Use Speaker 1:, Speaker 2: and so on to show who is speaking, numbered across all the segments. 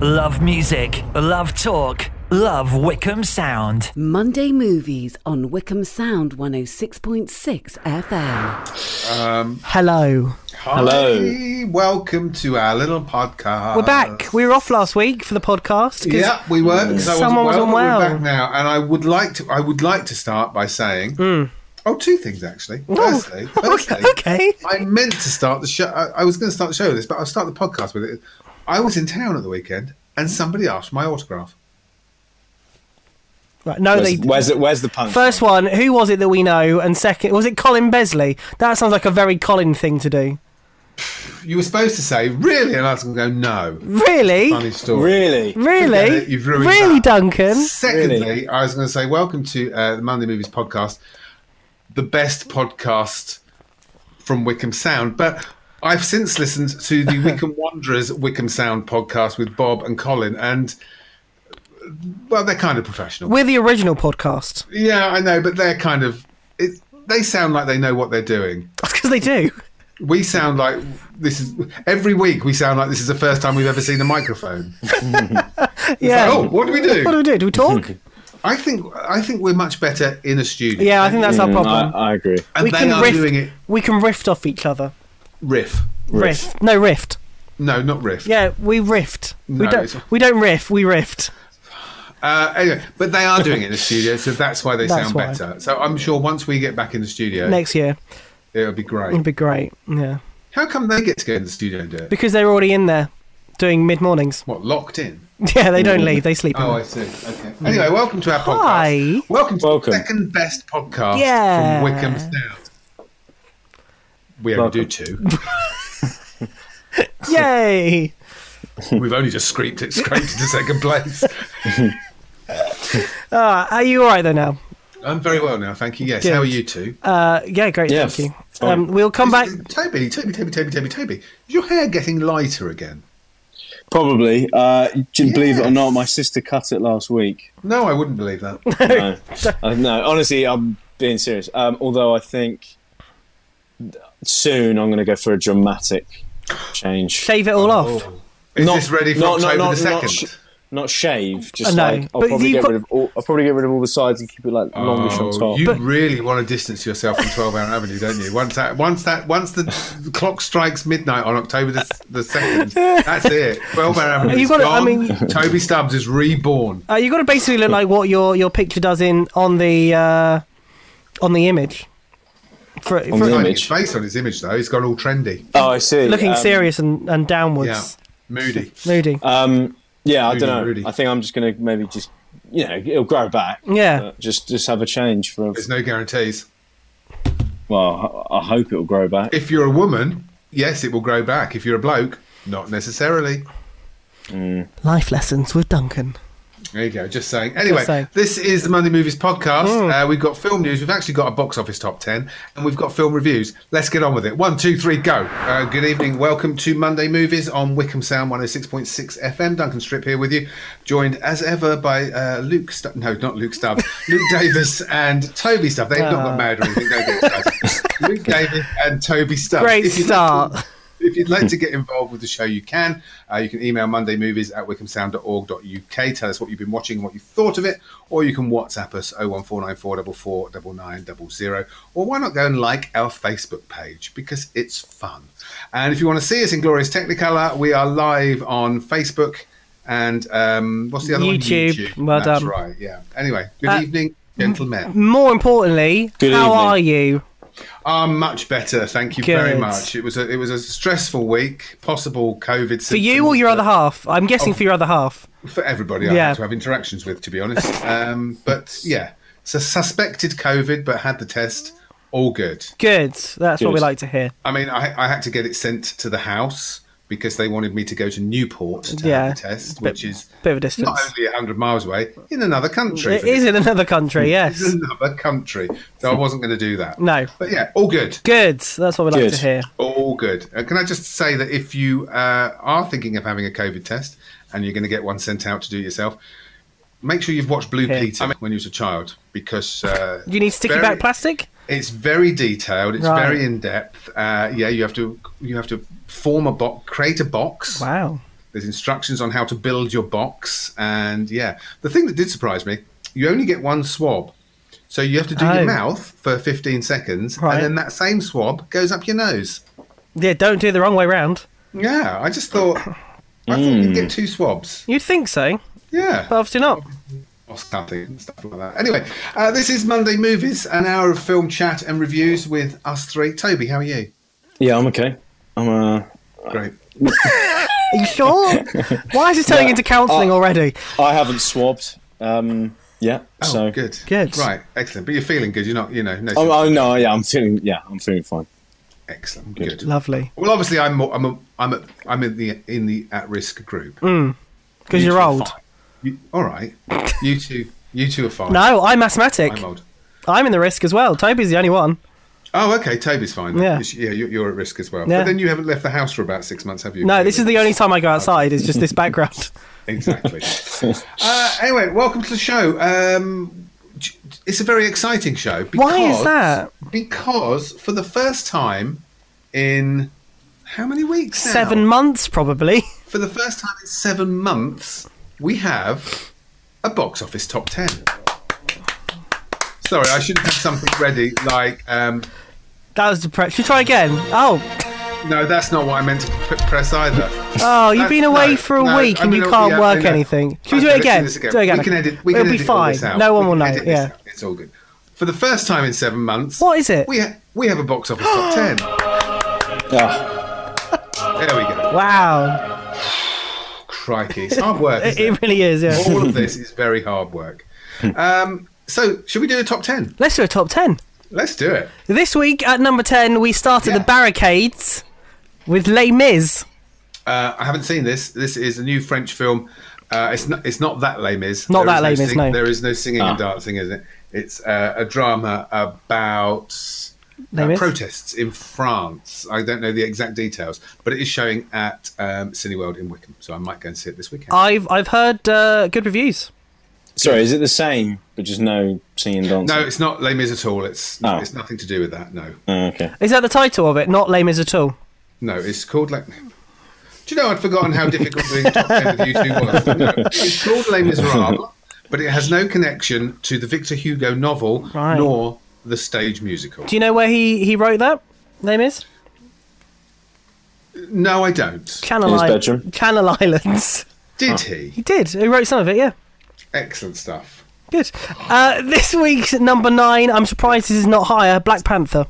Speaker 1: Love music, love talk, love Wickham Sound.
Speaker 2: Monday Movies on Wickham Sound 106.6 FM.
Speaker 3: Hello.
Speaker 4: Hi,
Speaker 5: Hello.
Speaker 4: Welcome to our little podcast.
Speaker 3: We're back. We were off last week for the podcast. 'cause-
Speaker 4: Uh, Yeah, we were. Because I
Speaker 3: Someone was
Speaker 4: wasn't well, but
Speaker 3: unwell.
Speaker 4: We're back now, and I would like to. I would like to start by saying, oh, two things actually. Firstly, firstly,
Speaker 3: Hmm. Okay.
Speaker 4: I meant to start the show. I, I was going to start the show with this, but I'll start the podcast with it. I was in town at the weekend, and somebody asked for my autograph.
Speaker 3: Right. No,
Speaker 5: Where's,
Speaker 3: they.
Speaker 5: where's, the, where's the punch?
Speaker 3: First one, who was it that we know? And second, was it Colin Besley? That sounds like a very Colin thing to do.
Speaker 4: You were supposed to say really, and I was going to go no.
Speaker 3: Really?
Speaker 4: Funny story.
Speaker 5: Really?
Speaker 3: Mm. Really?
Speaker 4: You've ruined
Speaker 3: really,
Speaker 4: that.
Speaker 3: Duncan?
Speaker 4: Secondly,
Speaker 5: Really?
Speaker 4: I was going to say, welcome to uh, the Monday Movies podcast, the best podcast from Wickham Sound. But I've since listened to the Wickham Wanderers Wickham Sound podcast with Bob and Colin, and well, they're kind of professional.
Speaker 3: We're the original podcast.
Speaker 4: yeah, I know, but they're kind of it, they sound like they know what they're doing.
Speaker 3: That's because they do.
Speaker 4: We sound like this is every week. We sound like this is the first time we've ever seen a microphone.
Speaker 3: Yeah.
Speaker 4: oh, what do we
Speaker 3: What do
Speaker 4: do?
Speaker 3: we do? Do we talk?
Speaker 4: I think I think we're much better in a studio.
Speaker 3: yeah, I think that's our problem.
Speaker 5: I, I agree.
Speaker 4: Uh, and
Speaker 3: we
Speaker 4: they
Speaker 3: can
Speaker 4: are
Speaker 3: riff.
Speaker 4: doing it
Speaker 3: We can rift off each other.
Speaker 4: riff.
Speaker 3: Rift. No rift.
Speaker 4: No, not riff.
Speaker 3: Yeah, we rift. we
Speaker 4: No,
Speaker 3: don't.
Speaker 4: it's-
Speaker 3: We don't riff. We rift.
Speaker 4: Uh, anyway, but they are doing it in the studio, so that's why they
Speaker 3: That's
Speaker 4: sound
Speaker 3: why.
Speaker 4: better. So I'm sure once we get back in the studio,
Speaker 3: Next year,
Speaker 4: it'll be
Speaker 3: it'd
Speaker 4: great.
Speaker 3: be great. Yeah,
Speaker 4: How come they get to go in the studio and do it?
Speaker 3: because they're already in there doing mid mornings.
Speaker 4: What locked in?
Speaker 3: Yeah, they don't leave. They sleep. in
Speaker 4: Oh,
Speaker 3: there.
Speaker 4: I see. Okay. Anyway, welcome to our podcast.
Speaker 3: Hi.
Speaker 4: Welcome to
Speaker 5: Welcome.
Speaker 4: the second best podcast
Speaker 3: Yeah.
Speaker 4: from Wickham Sound. We only do two.
Speaker 3: Yay!
Speaker 4: We've only just scraped it, scraped it to second place.
Speaker 3: Uh, are you all right though now?
Speaker 4: I'm very well now, thank you. Yes.
Speaker 3: Good.
Speaker 4: How are you two?
Speaker 3: Uh, yeah, great.
Speaker 5: Yeah,
Speaker 3: thank you.
Speaker 5: fine.
Speaker 3: Um, we'll come back.
Speaker 4: Toby, Toby, Toby, Toby, Toby, Toby. Is your hair getting lighter again?
Speaker 5: Probably. Uh, do you believe it or
Speaker 4: Yes.
Speaker 5: not, my sister cut it last week.
Speaker 4: No, I wouldn't believe that.
Speaker 5: No, Uh, no. Honestly, I'm being serious. Um, although I think soon I'm going to go for a dramatic change.
Speaker 3: Shave it all off.
Speaker 4: Oh. Is this ready for
Speaker 5: not-
Speaker 4: October
Speaker 5: not-
Speaker 4: the
Speaker 5: not-
Speaker 4: second?
Speaker 5: not sh- Not shave, just
Speaker 3: Uh, no,
Speaker 5: like I'll
Speaker 3: but
Speaker 5: probably
Speaker 3: you
Speaker 5: get
Speaker 3: got-
Speaker 5: rid of all. I'll probably get rid of all the sides and keep it like longish on
Speaker 4: Oh,
Speaker 5: top.
Speaker 4: you
Speaker 3: But-
Speaker 4: really want to distance yourself from Twelve Hour Avenue, don't you? Once that, once that, once the clock strikes midnight on October the, the second, that's it. Twelve Hour Avenue.
Speaker 3: You
Speaker 4: You
Speaker 3: gotta- I
Speaker 4: gone.
Speaker 3: mean-
Speaker 4: Toby Stubbs is reborn.
Speaker 3: Uh, you got to basically look like what your, your picture does in on the uh, on the image. For,
Speaker 5: On
Speaker 3: for
Speaker 5: the
Speaker 4: Like,
Speaker 5: image.
Speaker 4: His face on his image though, he's gone all trendy.
Speaker 5: Oh, I see.
Speaker 3: looking
Speaker 5: Um,
Speaker 3: serious and, and
Speaker 4: Yeah,
Speaker 3: downwards,
Speaker 4: moody.
Speaker 3: moody.
Speaker 5: Um, yeah, I
Speaker 4: Really,
Speaker 5: don't know.
Speaker 4: really.
Speaker 5: I think I'm just going to maybe just you know it'll grow back.
Speaker 3: Yeah.
Speaker 5: but just just have a change for.
Speaker 4: There's no guarantees.
Speaker 5: Well, I I hope it'll grow back.
Speaker 4: If you're a woman, yes, it will grow back. If you're a bloke, not necessarily.
Speaker 3: Life lessons with Duncan.
Speaker 4: There you go. Just saying. Anyway,
Speaker 3: saying. Mm.
Speaker 4: this is the Monday Movies podcast. Uh, we've got film news. We've actually got a box office top ten, and we've got film reviews. Let's get on with it. One, two, three, go. Uh, good evening. Welcome to Monday Movies on Wickham Sound one hundred six point six FM. Duncan Strip here with you, joined as ever by uh, Luke. Stu- no, not Luke Stubbs. Luke Davis and Toby Stubbs. They've not
Speaker 3: Ah.
Speaker 4: got married or anything. Don't get excited. Luke Davis and Toby Stubbs.
Speaker 3: Great
Speaker 4: If you'd like to-
Speaker 3: start.
Speaker 4: if you'd like to get involved with the show, you can. Uh, you can email mondaymovies at wickhamsound.org.uk. Tell us what you've been watching and what you thought of it. Or you can WhatsApp us 01494449900. Or why not go and like our Facebook page because it's fun. And if you want to see us in Glorious Technicolor, we are live on Facebook and um, what's the other
Speaker 3: YouTube.
Speaker 4: one?
Speaker 3: Well
Speaker 4: That's
Speaker 3: done.
Speaker 4: right, yeah. Anyway, good
Speaker 3: Uh,
Speaker 4: evening, gentlemen.
Speaker 3: More importantly,
Speaker 5: Good
Speaker 3: how
Speaker 5: evening.
Speaker 3: are you?
Speaker 4: I'm much better, thank you very
Speaker 3: Good.
Speaker 4: much. It was a it was a stressful week, possible COVID.
Speaker 3: For you or your other half? I'm guessing
Speaker 5: Oh.
Speaker 3: for your other half.
Speaker 4: for everybody I
Speaker 3: Yeah.
Speaker 4: had to have interactions with, to be honest. Um, but yeah, so suspected COVID, but had the test. All good.
Speaker 3: Good. That's what we
Speaker 5: Good.
Speaker 3: like to hear.
Speaker 4: I mean, I, I had to get it sent to the house because they wanted me to go to Newport to
Speaker 3: Yeah.
Speaker 4: have the test, which is
Speaker 3: Bit of a
Speaker 4: not
Speaker 3: distance.
Speaker 4: only hundred miles away in another country.
Speaker 3: It is in another country,
Speaker 4: It's
Speaker 3: yes.
Speaker 4: another country. So I wasn't going to do that.
Speaker 3: No.
Speaker 4: But yeah, all good.
Speaker 3: Good. That's what we like
Speaker 5: Good.
Speaker 3: to hear.
Speaker 4: All good. Uh, can I just say that if you uh, are thinking of having a COVID test and you're going to get one sent out to do it yourself, make sure you've watched Blue
Speaker 3: Yeah.
Speaker 4: Peter when you was a child because uh,
Speaker 3: You need sticky
Speaker 4: very-
Speaker 3: back plastic?
Speaker 4: It's very detailed. It's
Speaker 3: Right.
Speaker 4: very in depth. Uh, yeah, you have to you have to form a box, create a box
Speaker 3: Wow.
Speaker 4: There's instructions on how to build your box, and yeah, the thing that did surprise me, you only get one swab. So you have to do
Speaker 3: Oh.
Speaker 4: your mouth for 15 seconds,
Speaker 3: Right.
Speaker 4: and then that same swab goes up your nose.
Speaker 3: Yeah, don't do it the wrong way round.
Speaker 4: Yeah, I just thought I thought you'd
Speaker 5: Mm.
Speaker 4: get two swabs.
Speaker 3: You'd think so,
Speaker 4: Yeah,
Speaker 3: but obviously not.
Speaker 4: or something and stuff like that. Anyway, uh, this is Monday Movies, an hour of film chat and reviews with us three. Toby, how are you?
Speaker 5: Yeah, I'm okay. I'm uh,
Speaker 4: Great.
Speaker 3: Are you sure? Why is it turning into counselling already?
Speaker 5: I haven't swabbed. Um, yeah.
Speaker 4: Oh,
Speaker 5: so
Speaker 4: good.
Speaker 3: Good.
Speaker 4: Right, excellent. But you're feeling good. You're not, you know, no.
Speaker 5: Oh, oh no, yeah, I'm feeling. Yeah, I'm feeling fine.
Speaker 4: excellent. Good.
Speaker 3: Lovely.
Speaker 4: Well, obviously, I'm more, I'm a, I'm a, I'm in the in the at risk group.
Speaker 3: Mm. Because you're
Speaker 4: two are
Speaker 3: old.
Speaker 4: fine. You, all right, you two, you two are fine.
Speaker 3: No, I'm asthmatic.
Speaker 4: I'm old.
Speaker 3: I'm in the risk as well. Toby's the only one.
Speaker 4: Oh, okay. Toby's fine.
Speaker 3: Yeah.
Speaker 4: Yeah, yeah, you're, you're at risk as well.
Speaker 3: Yeah.
Speaker 4: But then you haven't left the house for about six months, have you?
Speaker 3: No, this is the only time I go outside. Is just this background.
Speaker 4: Exactly. uh, anyway, welcome to the show. Um, it's a very exciting show. Because,
Speaker 3: Why is that?
Speaker 4: Because for the first time in how many weeks? now?
Speaker 3: Seven months probably.
Speaker 4: For the first time in seven months, we have a box office top ten. Sorry, I should have had something ready. Like, um,
Speaker 3: That was depressing. Should we try again? Oh,
Speaker 4: no, that's not what I meant to p- press either.
Speaker 3: oh, you've
Speaker 4: That's-
Speaker 3: been away
Speaker 4: no,
Speaker 3: for a
Speaker 4: no,
Speaker 3: week
Speaker 4: I
Speaker 3: and
Speaker 4: mean,
Speaker 3: you can't
Speaker 4: yeah,
Speaker 3: work
Speaker 4: no, no.
Speaker 3: anything. Should we do
Speaker 4: Okay,
Speaker 3: it
Speaker 4: let's
Speaker 3: again?
Speaker 4: this
Speaker 3: Do it again.
Speaker 4: We can edit. We can
Speaker 3: It'll be
Speaker 4: edit all
Speaker 3: fine.
Speaker 4: this out.
Speaker 3: No one
Speaker 4: We
Speaker 3: will
Speaker 4: can
Speaker 3: know.
Speaker 4: edit this
Speaker 3: Yeah.
Speaker 4: out. it's all good. For the first time in seven months,
Speaker 3: What is it?
Speaker 4: We ha- we have a box office top ten.
Speaker 5: Ah,
Speaker 4: There we go.
Speaker 3: Wow.
Speaker 4: Crikey, it's hard work.
Speaker 3: It,
Speaker 4: Isn't it?
Speaker 3: it really is. Yeah.
Speaker 4: all of this is very hard work. Um, so, should we do a top ten?
Speaker 3: Let's do a top ten.
Speaker 4: Let's do it.
Speaker 3: This week at number ten, we started
Speaker 4: Yeah.
Speaker 3: the barricades with Les Mis.
Speaker 4: Uh, I haven't seen this. This is a new French film. Uh, it's not. It's not that lame is.
Speaker 3: Not that
Speaker 4: is
Speaker 3: lame is, no.
Speaker 4: There is no singing and
Speaker 5: Ah.
Speaker 4: dancing, is it? It's uh, a drama about
Speaker 3: Lame
Speaker 4: uh,
Speaker 3: is?
Speaker 4: protests in France. I don't know the exact details, but it is showing at um, Cineworld in Wickham, so I might go and see it this weekend.
Speaker 3: I've I've heard uh, good reviews.
Speaker 5: sorry, is it the same but just no singing and dancing?
Speaker 4: no, it's not lame is at all. It's
Speaker 5: Oh.
Speaker 4: it's nothing to do with that. No,
Speaker 5: Oh, okay.
Speaker 3: Is that the title of it? Not Les Mis at all.
Speaker 4: no, it's called like. Do you know I'd forgotten how difficult doing top ten with you two was? No, it's called Les Miserables, but it has no connection to the Victor Hugo novel
Speaker 3: Right.
Speaker 4: nor the stage musical.
Speaker 3: Do you know where he he wrote that? Les Mis?
Speaker 4: No, I don't.
Speaker 3: Channel
Speaker 5: In his
Speaker 3: Isle-
Speaker 5: bedroom?
Speaker 3: Channel Islands.
Speaker 4: Did
Speaker 3: He
Speaker 4: he?
Speaker 3: did. He wrote some of it. Yeah.
Speaker 4: Excellent stuff.
Speaker 3: Good. Uh, this week's number nine. I'm surprised this is not higher. Black Panther.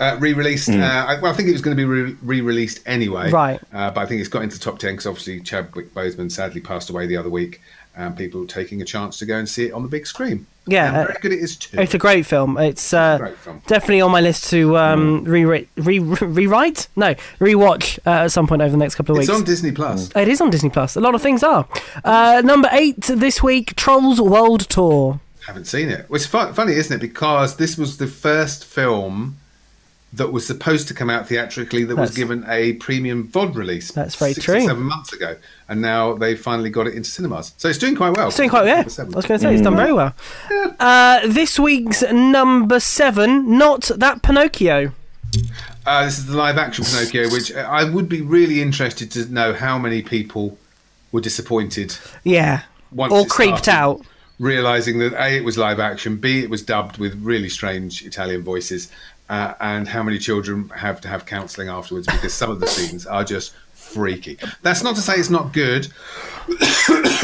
Speaker 4: Uh, re-released. Uh, I, well, I think it was going to be re- re-released anyway.
Speaker 3: Right.
Speaker 4: Uh, but I think it's got into the top ten because obviously Chadwick Boseman sadly passed away the other week, and people taking a chance to go and see it on the big screen.
Speaker 3: Yeah,
Speaker 4: And
Speaker 3: uh,
Speaker 4: very good it is too.
Speaker 3: It's a great film. It's uh,
Speaker 4: great film. Mm.
Speaker 3: definitely on my list to um, rewrite, re- rewrite. No, rewatch uh, at some point over the next couple of
Speaker 4: It's
Speaker 3: weeks. Oh,
Speaker 4: on Disney Plus.
Speaker 3: it is on Disney Plus. A lot of things are. Uh, number eight this week: Trolls World Tour.
Speaker 4: Haven't seen it. Well, it's fu- funny, isn't it? Because this was the first film that was supposed to come out theatrically that was
Speaker 3: That's-
Speaker 4: given a premium VOD release.
Speaker 3: That's very
Speaker 4: six
Speaker 3: true.
Speaker 4: Or seven months ago, and now they finally got it into cinemas. So it's doing quite well.
Speaker 3: It's doing quite well.
Speaker 4: Number
Speaker 3: I
Speaker 4: seven. Mm.
Speaker 3: was going to say it's done very well. Uh, this week's number seven: Not That Pinocchio.
Speaker 4: Uh, this is the live action Pinocchio, which uh, I would be really interested to know how many people were disappointed,
Speaker 3: Yeah.
Speaker 4: Once
Speaker 3: or
Speaker 4: it
Speaker 3: creeped
Speaker 4: started.
Speaker 3: out.
Speaker 4: realizing that A, it was live action, B, it was dubbed with really strange Italian voices, uh, and how many children have to have counseling afterwards because some of the scenes are just freaky. That's not to say it's not good.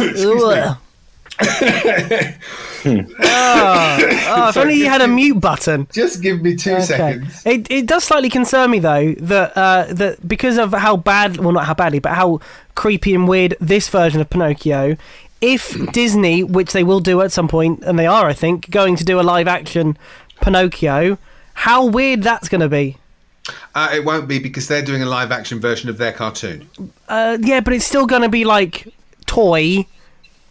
Speaker 3: Ugh. Oh, if only you had a mute button.
Speaker 4: Just give me two seconds.
Speaker 3: It, it does slightly concern me though that uh, that because of how bad, well not how badly, but how creepy and weird this version of Pinocchio. If Disney, which they will do at some point, and they are, I think, going to do a live action Pinocchio, how weird that's going to be.
Speaker 4: Uh, it won't be because they're doing a live action version of their cartoon.
Speaker 3: Uh, yeah, but it's still going to be like toy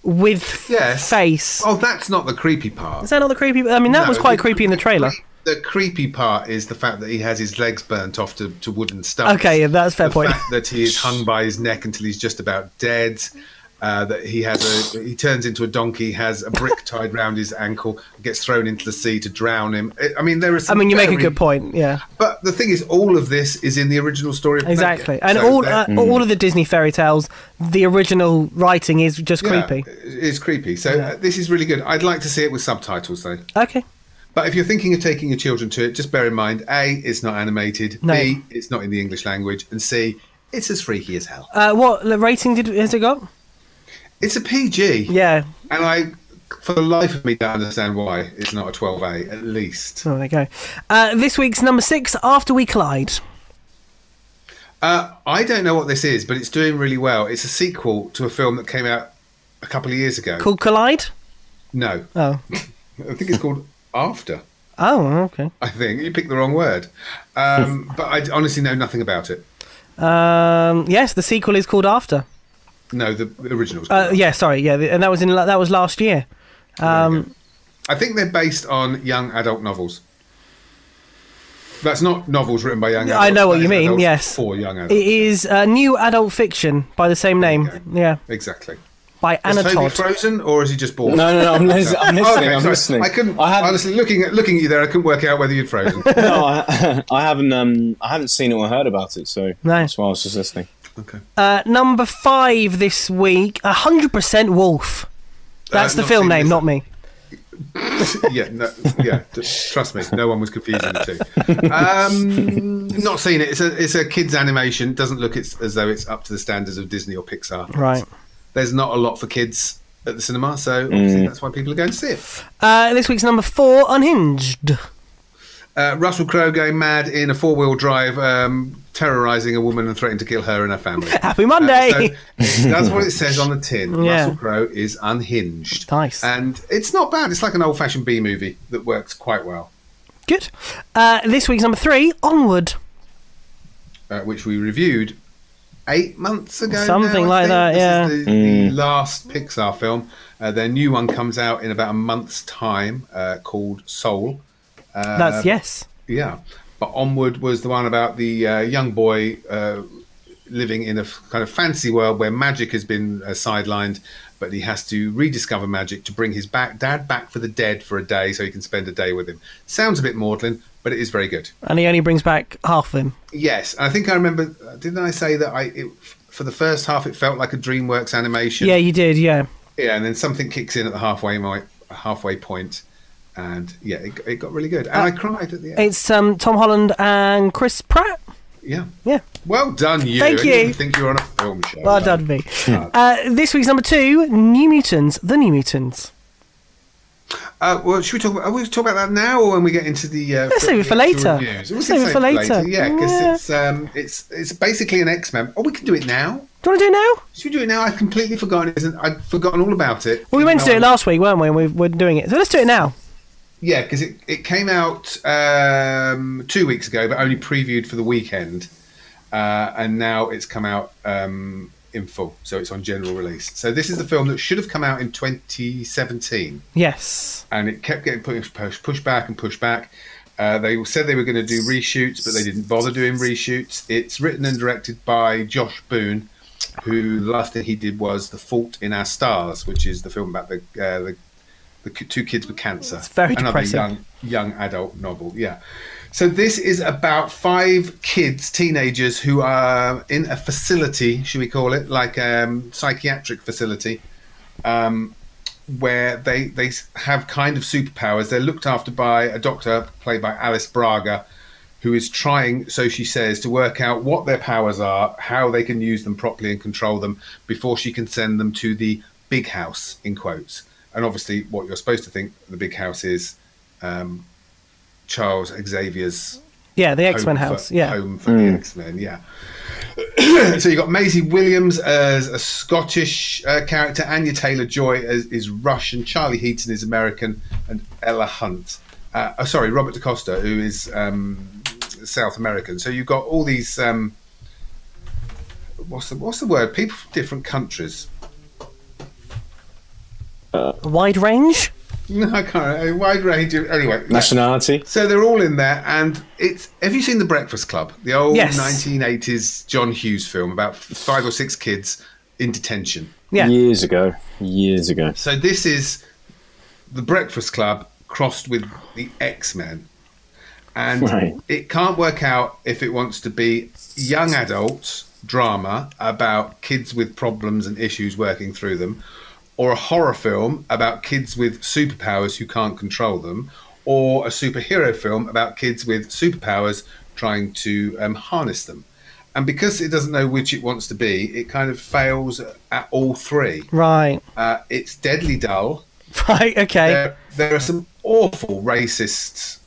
Speaker 3: with
Speaker 4: Yes.
Speaker 3: face.
Speaker 4: Oh, that's not the creepy part.
Speaker 3: Is that not the creepy? I mean, that
Speaker 4: No,
Speaker 3: was quite
Speaker 4: the-
Speaker 3: creepy in the trailer.
Speaker 4: The creepy part is the fact that he has his legs burnt off to, to wooden stumps.
Speaker 3: Okay, yeah, that's a fair
Speaker 4: the
Speaker 3: point.
Speaker 4: Fact that he is hung by his neck until he's just about dead. uh, that he has a he turns into a donkey, has a brick tied round his ankle, gets thrown into the sea to drown him. I- I mean, there is.
Speaker 3: I mean, you make a
Speaker 4: very-
Speaker 3: good point. Yeah,
Speaker 4: But the thing is, all of this is in the original story. Of Pinocchio.
Speaker 3: exactly. And
Speaker 4: So
Speaker 3: all
Speaker 4: there-
Speaker 3: uh, all of the Disney fairy tales, the original writing is just
Speaker 4: yeah,
Speaker 3: creepy.
Speaker 4: It's creepy. So uh, this is really good. I'd like to see it with subtitles though.
Speaker 3: Okay.
Speaker 4: But if you're thinking of taking your children to it, just bear in mind: a, it's not animated;
Speaker 3: No.
Speaker 4: b, it's not in the English language; and c, it's as freaky as hell.
Speaker 3: Uh, what l- rating did has it got?
Speaker 4: It's a PG.
Speaker 3: Yeah.
Speaker 4: And I, for the life of me, don't understand why it's not a 12A at least.
Speaker 3: Oh, there you go. Uh, this week's number six, After We Collide.
Speaker 4: Uh, I don't know what this is, but it's doing really well. It's a sequel to a film that came out a couple of years ago.
Speaker 3: Called Collide?
Speaker 4: No,
Speaker 3: Oh.
Speaker 4: I think it's called After.
Speaker 3: Oh, okay.
Speaker 4: I think you picked the wrong word. Um, but I honestly know nothing about it.
Speaker 3: Um, yes, the sequel is called After.
Speaker 4: No, the, the original's.
Speaker 3: Uh, yeah, sorry, yeah, th- and that was in la- that was last year.
Speaker 4: Um, I think they're based on young adult novels. That's not novels written by young adults.
Speaker 3: I know what
Speaker 4: that
Speaker 3: you
Speaker 4: is
Speaker 3: mean,
Speaker 4: adults
Speaker 3: yes.
Speaker 4: For young adults.
Speaker 3: It is uh, new adult fiction by the same name.
Speaker 4: Okay.
Speaker 3: Yeah,
Speaker 4: exactly.
Speaker 3: by Anna
Speaker 4: Is Toby
Speaker 3: Todd.
Speaker 4: frozen or is he just bored?
Speaker 5: No, no, no. I'm, lis- I'm
Speaker 4: Oh,
Speaker 5: listening.
Speaker 4: okay,
Speaker 5: I'm
Speaker 4: sorry.
Speaker 5: listening.
Speaker 4: I couldn't.
Speaker 5: I haven't.
Speaker 4: honestly, looking at looking at you there, I couldn't work out whether you'd frozen.
Speaker 5: no, I, I haven't. Um, I haven't seen or heard about it. So that's why I was just listening.
Speaker 4: okay.
Speaker 3: Uh, number five this week, hundred percent Wolf. That's the
Speaker 4: Uh, not
Speaker 3: film
Speaker 4: seen
Speaker 3: name,
Speaker 4: this.
Speaker 3: not me.
Speaker 4: yeah, no, yeah. t- Trust me, no one was confusing the two. Um, not seen it. It's a it's a kids animation. Doesn't look it's, as though it's up to the standards of Disney or Pixar.
Speaker 3: Right.
Speaker 4: There's not a lot for kids at the cinema, so obviously
Speaker 3: Mm.
Speaker 4: that's why people are going to see it.
Speaker 3: Uh, this week's number four, Unhinged.
Speaker 4: Uh, Russell Crowe going mad in a four wheel drive, um, terrorizing a woman and threatening to kill her and her family.
Speaker 3: Happy
Speaker 4: Uh,
Speaker 3: Monday.
Speaker 4: so it does what it says on the tin.
Speaker 3: Yeah.
Speaker 4: Russell Crowe is unhinged.
Speaker 3: Nice.
Speaker 4: And it's not bad. It's like an old fashioned B movie that works quite well,
Speaker 3: Good. Uh, this week's number three, Onward.
Speaker 4: uh, which we reviewed eight months ago. now,
Speaker 3: Something
Speaker 4: I
Speaker 3: like
Speaker 4: think.
Speaker 3: that,
Speaker 4: This
Speaker 3: yeah.
Speaker 4: is the, the last Pixar film. Uh, their new one comes out in about a month's time uh, called Soul. Uh,
Speaker 3: That's yes.
Speaker 4: Yeah, but Onward was the one about the uh, young boy uh, living in a f- kind of fancy world where magic has been uh, sidelined, but he has to rediscover magic to bring his back dad back for the dead for a day, so he can spend a day with him. Sounds a bit maudlin, but it is very good.
Speaker 3: And he only brings back half of him.
Speaker 4: Yes, and I think I remember. uh, Didn't I say that I? It, for the first half, it felt like a DreamWorks animation.
Speaker 3: Yeah, you did. Yeah.
Speaker 4: yeah, and then something kicks in at the halfway mi- halfway point, and yeah, it, it got really good, and I cried at the end.
Speaker 3: It's um, Tom Holland and Chris Pratt.
Speaker 4: yeah,
Speaker 3: Yeah.
Speaker 4: Well done, you.
Speaker 3: Thank
Speaker 4: I didn't
Speaker 3: you.
Speaker 4: think you were on a film show.
Speaker 3: Well done, me. Uh, this week's number two, New Mutants, The New Mutants.
Speaker 4: Uh, well, should we talk about? Are we talk about that now, or when we get into the? Uh,
Speaker 3: Let's save it for
Speaker 4: the
Speaker 3: later.
Speaker 4: reviews? We
Speaker 3: Let's
Speaker 4: can
Speaker 3: save it for later.
Speaker 4: Yeah, because
Speaker 3: Yeah.
Speaker 4: it's um, it's it's basically an X Men. Oh, we can do it now.
Speaker 3: Do you want to do it now?
Speaker 4: Should we do it now? I've completely forgotten. Isn't I'd forgotten all about it.
Speaker 3: Well, we meant to do
Speaker 4: No,
Speaker 3: it
Speaker 4: I-
Speaker 3: last week, weren't we? And we we're doing it. So let's do it now.
Speaker 4: Yeah, because it, it came out um, two weeks ago, but only previewed for the weekend, uh, and now it's come out um, in full, so it's on general release. So this is the film that should have come out in 2017.
Speaker 3: Yes.
Speaker 4: and it kept getting pushed push, pushed back and pushed back. Uh, they said they were going to do reshoots, but they didn't bother doing reshoots. It's written and directed by Josh Boone, who the last thing he did was The Fault in Our Stars, which is the film about the uh, the, the ki- two kids with cancer. It's
Speaker 3: very
Speaker 4: another
Speaker 3: depressing.
Speaker 4: young young adult novel. Yeah. So this is about five kids, teenagers, who are in a facility, should we call it, like a um, psychiatric facility, where they they have kind of superpowers. They're looked after by a doctor played by Alice Braga, who is trying, so she says, to work out what their powers are, how they can use them properly and control them before she can send them to the big house in quotes. And obviously, what you're supposed to think the big house is um, Charles Xavier's
Speaker 3: Yeah, the X Men
Speaker 4: home
Speaker 3: house.
Speaker 4: For,
Speaker 3: yeah.
Speaker 4: home for the X Men. Yeah. so you got Maisie Williams as a Scottish uh, character, Anya Taylor Joy as is Russian, Charlie Heaton is American, and Ella Hunt. Uh, oh, sorry, Robert DaCosta, who is um, South American. So you've got all these. Um, what's the what's the word? People from different countries.
Speaker 3: Wide range.
Speaker 4: No, I can't. A wide range. Of, anyway, yeah.
Speaker 5: Nationality.
Speaker 4: So they're all in there, and it's. Have you seen The Breakfast Club? The old
Speaker 3: Yes.
Speaker 4: 1980s John Hughes film about f- five or six kids in detention.
Speaker 3: Yeah.
Speaker 5: Years ago. Years ago.
Speaker 4: So this is the Breakfast Club crossed with the X Men, and
Speaker 5: Right.
Speaker 4: it can't work out if it wants to be young adults drama about kids with problems and issues working through them, or a horror film about kids with superpowers who can't control them, or a superhero film about kids with superpowers trying to um, harness them. And because it doesn't know which it wants to be, it kind of fails at all three.
Speaker 3: Right.
Speaker 4: Uh, it's deadly dull.
Speaker 3: Right. Okay.
Speaker 4: There, there are some awful racist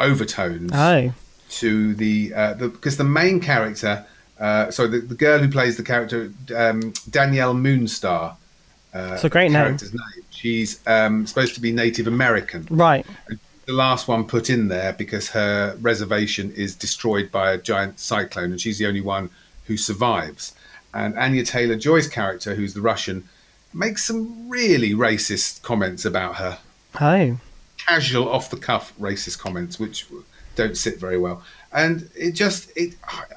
Speaker 4: overtones
Speaker 3: Oh. to
Speaker 4: to the uh, the because the main character, uh, so the, the girl who plays the character um, Danielle Moonstar. Uh,
Speaker 3: It's a great name.
Speaker 4: character's name. She's um, supposed to be Native American.
Speaker 3: Right.
Speaker 4: And The last one put in there because her reservation is destroyed by a giant cyclone, and she's the only one who survives. And Anya Taylor Joy's character, who's the Russian, makes some really racist comments about her
Speaker 3: Oh.
Speaker 4: casual off the cuff racist comments which don't sit very well and it just it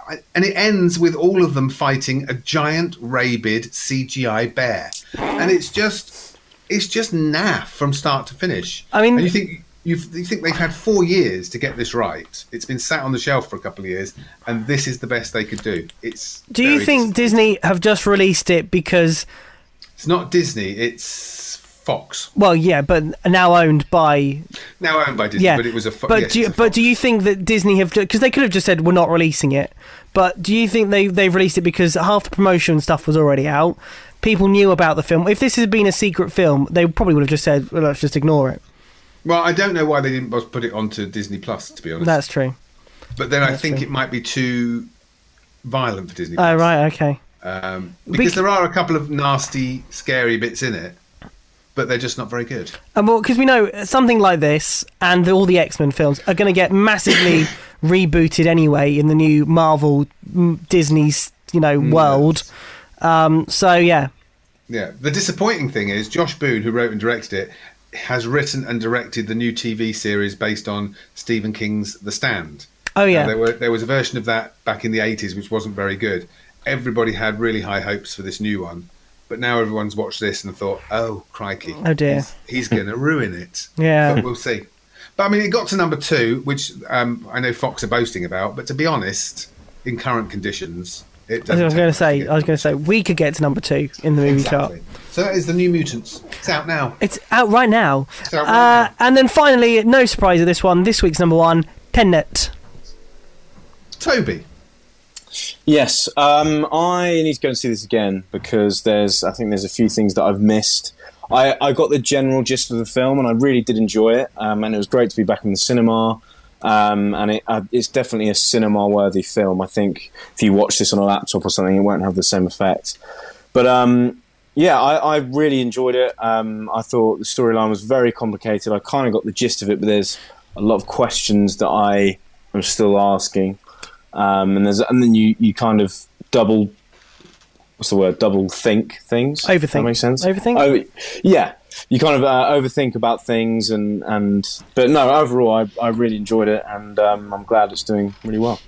Speaker 4: I- and it ends with all of them fighting a giant rabid CGI bear and it's just it's just naff from start to finish
Speaker 3: I mean-
Speaker 4: and you think you've, you think they've had 4 years to get this right it's been sat on the shelf for a couple of years and this is the best they could do it's
Speaker 3: Do you
Speaker 4: very
Speaker 3: think
Speaker 4: disappointing.
Speaker 3: Disney have just released it because
Speaker 4: it's not Disney it's Fox
Speaker 3: well, yeah, but now owned by
Speaker 4: now owned by Disney
Speaker 3: yeah.
Speaker 4: but it was a Fo-
Speaker 3: but
Speaker 4: yes,
Speaker 3: do you,
Speaker 4: it's a
Speaker 3: but
Speaker 4: Fox.
Speaker 3: do you think that Disney have because they could have just said we're not releasing it, but do you think they they've released it because half the promotion stuff was already out, people knew about the film. If this had been a secret film, they probably would have just said well, let's just ignore it.
Speaker 4: Well, I don't know why they didn't put it onto Disney Plus, to be honest.
Speaker 3: That's true.
Speaker 4: but then I think it might be too violent for Disney.
Speaker 3: Oh
Speaker 4: Plus.
Speaker 3: right, okay.
Speaker 4: Um, because
Speaker 3: Bec-
Speaker 4: there are a couple of nasty, scary bits in it, but they're just not very good.
Speaker 3: And Uh, well, because we know something like this and the, all the X Men films are going to get massively rebooted anyway in the new Marvel, m- Disney's you know
Speaker 4: Mm,
Speaker 3: world. Um, so yeah,
Speaker 4: Yeah. The disappointing thing is Josh Boone, who wrote and directed it, has written and directed the new TV series based on Stephen King's The Stand.
Speaker 3: oh
Speaker 4: Now,
Speaker 3: yeah,
Speaker 4: there, were, there was a version of that back in the 80s, which wasn't very good. Everybody had really high hopes for this new one, but now everyone's watched this and thought, oh, crikey.
Speaker 3: Oh, dear.
Speaker 4: He's, he's going to ruin it.
Speaker 3: Yeah.
Speaker 4: But we'll see. But I mean, it got to number two, which um, I know Fox are boasting about, but to be honest, in current conditions, it
Speaker 3: I
Speaker 4: doesn't.
Speaker 3: was
Speaker 4: take
Speaker 3: going to
Speaker 4: much
Speaker 3: say,
Speaker 4: get-
Speaker 3: I was going to say we could get to number two in the movie chart.
Speaker 4: Exactly. So that is The New Mutants. It's out now.
Speaker 3: It's out right now.
Speaker 4: out right
Speaker 3: uh,
Speaker 4: now.
Speaker 3: And then finally, no surprise at this one. This week's number one, Tenet.
Speaker 4: Toby.
Speaker 5: Yes, um, I need to go and see this again because there's, I think there's a few things that I've missed. I, I got the general gist of the film and I really did enjoy it, um, and it was great to be back in the cinema. Um, and it, uh, it's definitely a cinema-worthy film. I think if you watch this on a laptop or something, it won't have the same effect. But um, yeah, I, I really enjoyed it. Um, I thought the storyline was very complicated. I kind of got the gist of it, but there's a lot of questions that I am still asking. Um, and there's and then you, you kind of double what's the word double think things.
Speaker 3: Overthink.
Speaker 5: Does That makes sense.
Speaker 3: Overthink?
Speaker 5: Oh, yeah, you kind of uh, overthink about things and and but no, overall I, I really enjoyed it and um, I'm glad it's doing really well.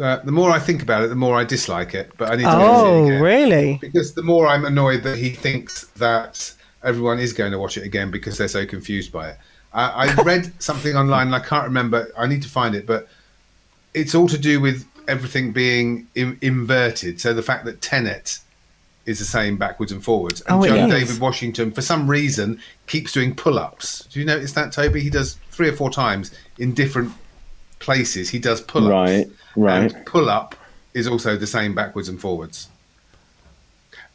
Speaker 4: Uh, the more I think about it, the more I dislike it, but I need to go and
Speaker 3: Oh,
Speaker 4: see it again.
Speaker 3: really?
Speaker 4: Because the more I'm annoyed that he thinks that everyone is going to watch it again because they're so confused by it. I, I read something online and I can't remember. I need to find it, but it's all to do with everything being in, inverted. So the fact that Tenet is the same backwards and forwards, and
Speaker 3: Oh, it is.
Speaker 4: John David Washington, for some reason, keeps doing pull-ups. Do you notice that, Toby? He does three or four times in different places. He does pull-ups.
Speaker 5: Right, right.
Speaker 4: And pull-up is also the same backwards and forwards.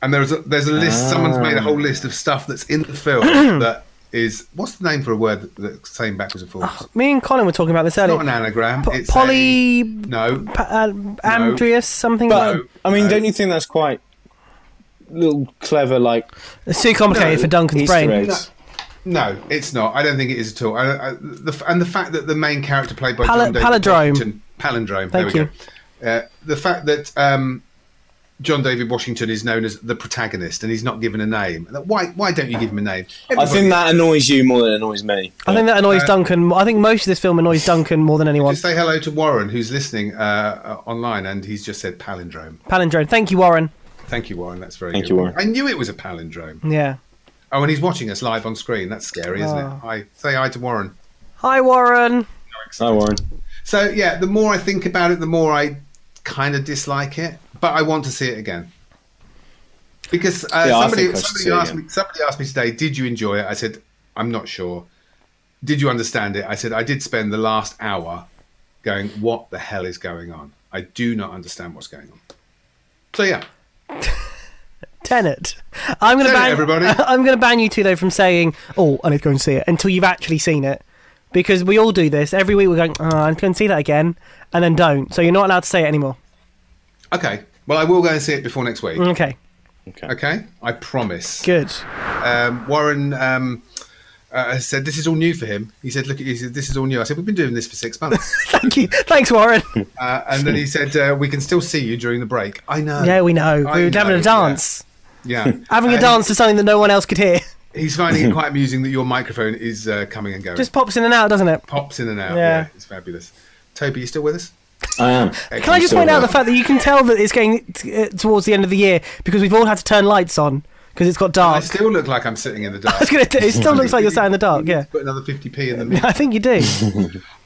Speaker 4: And there's a, there's a list. Someone's
Speaker 3: Ah.
Speaker 4: made a whole list of stuff that's in the film that is what's the name for a word that, that's same backwards and forwards?
Speaker 3: Me and Colin were talking about this
Speaker 4: it's
Speaker 3: earlier.
Speaker 4: not an anagram.
Speaker 3: Po-
Speaker 4: it's
Speaker 3: poly-
Speaker 4: a- no.
Speaker 3: Pa- uh, Andreas, something
Speaker 5: But
Speaker 3: like
Speaker 5: I mean, don't you think that's quite little clever? Like
Speaker 3: It's too complicated
Speaker 4: No,
Speaker 3: for Duncan's
Speaker 5: Easter
Speaker 3: brain.
Speaker 5: eggs.
Speaker 4: No, it's not. I don't think it is at all. I, I, the, f- and the fact that the main character played by
Speaker 3: Pala-
Speaker 4: John David
Speaker 3: palindrome.
Speaker 4: Washington- palindrome.
Speaker 3: Thank
Speaker 4: there we go. Uh, the fact that um, John David Washington is known as the protagonist and he's not given a name. Why? Why don't you give him a name?
Speaker 5: I think
Speaker 4: Everybody-
Speaker 5: that annoys you more than it annoys me.
Speaker 3: I think that annoys Duncan. I think most of this film annoys Duncan more than anyone.
Speaker 4: Just say hello to Warren, who's listening uh, uh, online, and he's just said palindrome.
Speaker 3: Palindrome. Thank you, Warren.
Speaker 4: Thank you, Warren. That's very
Speaker 5: Thank
Speaker 4: good.
Speaker 5: you, Warren.
Speaker 4: I knew it was a palindrome.
Speaker 3: Yeah.
Speaker 4: Oh, and he's watching us live on screen. That's scary, isn't
Speaker 3: Ah.
Speaker 4: it? Hi, say hi to Warren.
Speaker 3: Hi, Warren.
Speaker 5: Hi, Warren.
Speaker 4: So yeah, the more I think about it, the more I kind of dislike it, but I want to see it again. Because uh,
Speaker 5: Yeah, I
Speaker 4: somebody
Speaker 5: think I should see
Speaker 4: somebody
Speaker 5: it
Speaker 4: asked
Speaker 5: again.
Speaker 4: me somebody asked me today, did you enjoy it? I said, I'm not sure. Did you understand it? I said I did spend the last hour going, what the hell is going on? I do not understand what's going on. So yeah,
Speaker 3: Tenet. I'm gonna
Speaker 4: Tenet,
Speaker 3: ban
Speaker 4: everybody.
Speaker 3: I'm gonna ban you two though from saying, "Oh, I need to go and see it" until you've actually seen it, because we all do this every week. We're going, "Oh, I'm going to see that again," and then don't. So you're not allowed to say it anymore.
Speaker 4: okay. Well, I will go and see it before next week.
Speaker 3: Okay.
Speaker 4: Okay, I promise.
Speaker 3: Good.
Speaker 4: um, Warren um, uh, said this is all new for him. He said, "Look, he said, this is all new." I said, "We've been doing this for six months,"
Speaker 3: Thank you. Thanks, Warren.
Speaker 4: uh, and then he said, uh, "We can still see you during the break." I know.
Speaker 3: yeah, we know. We
Speaker 4: I
Speaker 3: were having
Speaker 4: know,
Speaker 3: a dance.
Speaker 4: Yeah,
Speaker 3: Having a
Speaker 4: And
Speaker 3: dance to something that no one else could hear.
Speaker 4: He's finding it quite amusing that your microphone is uh, coming and going.
Speaker 3: Just pops in and out, doesn't it?
Speaker 4: pops in and out.
Speaker 3: Yeah.
Speaker 4: Yeah. it's fabulous. Toby, you still with us?
Speaker 5: I am.
Speaker 3: Can I just
Speaker 5: So,
Speaker 3: point out
Speaker 5: uh,
Speaker 3: the fact that you can tell that it's going t- uh, towards the end of the year because we've all had to turn lights on because it's got
Speaker 4: I
Speaker 3: dark.
Speaker 4: still look like I'm sitting in the
Speaker 3: I was
Speaker 4: dark.
Speaker 3: gonna t- it still looks like you're sat in the dark.
Speaker 4: You need
Speaker 3: Yeah,
Speaker 4: to Put another 50p in the mix.
Speaker 3: I think you do.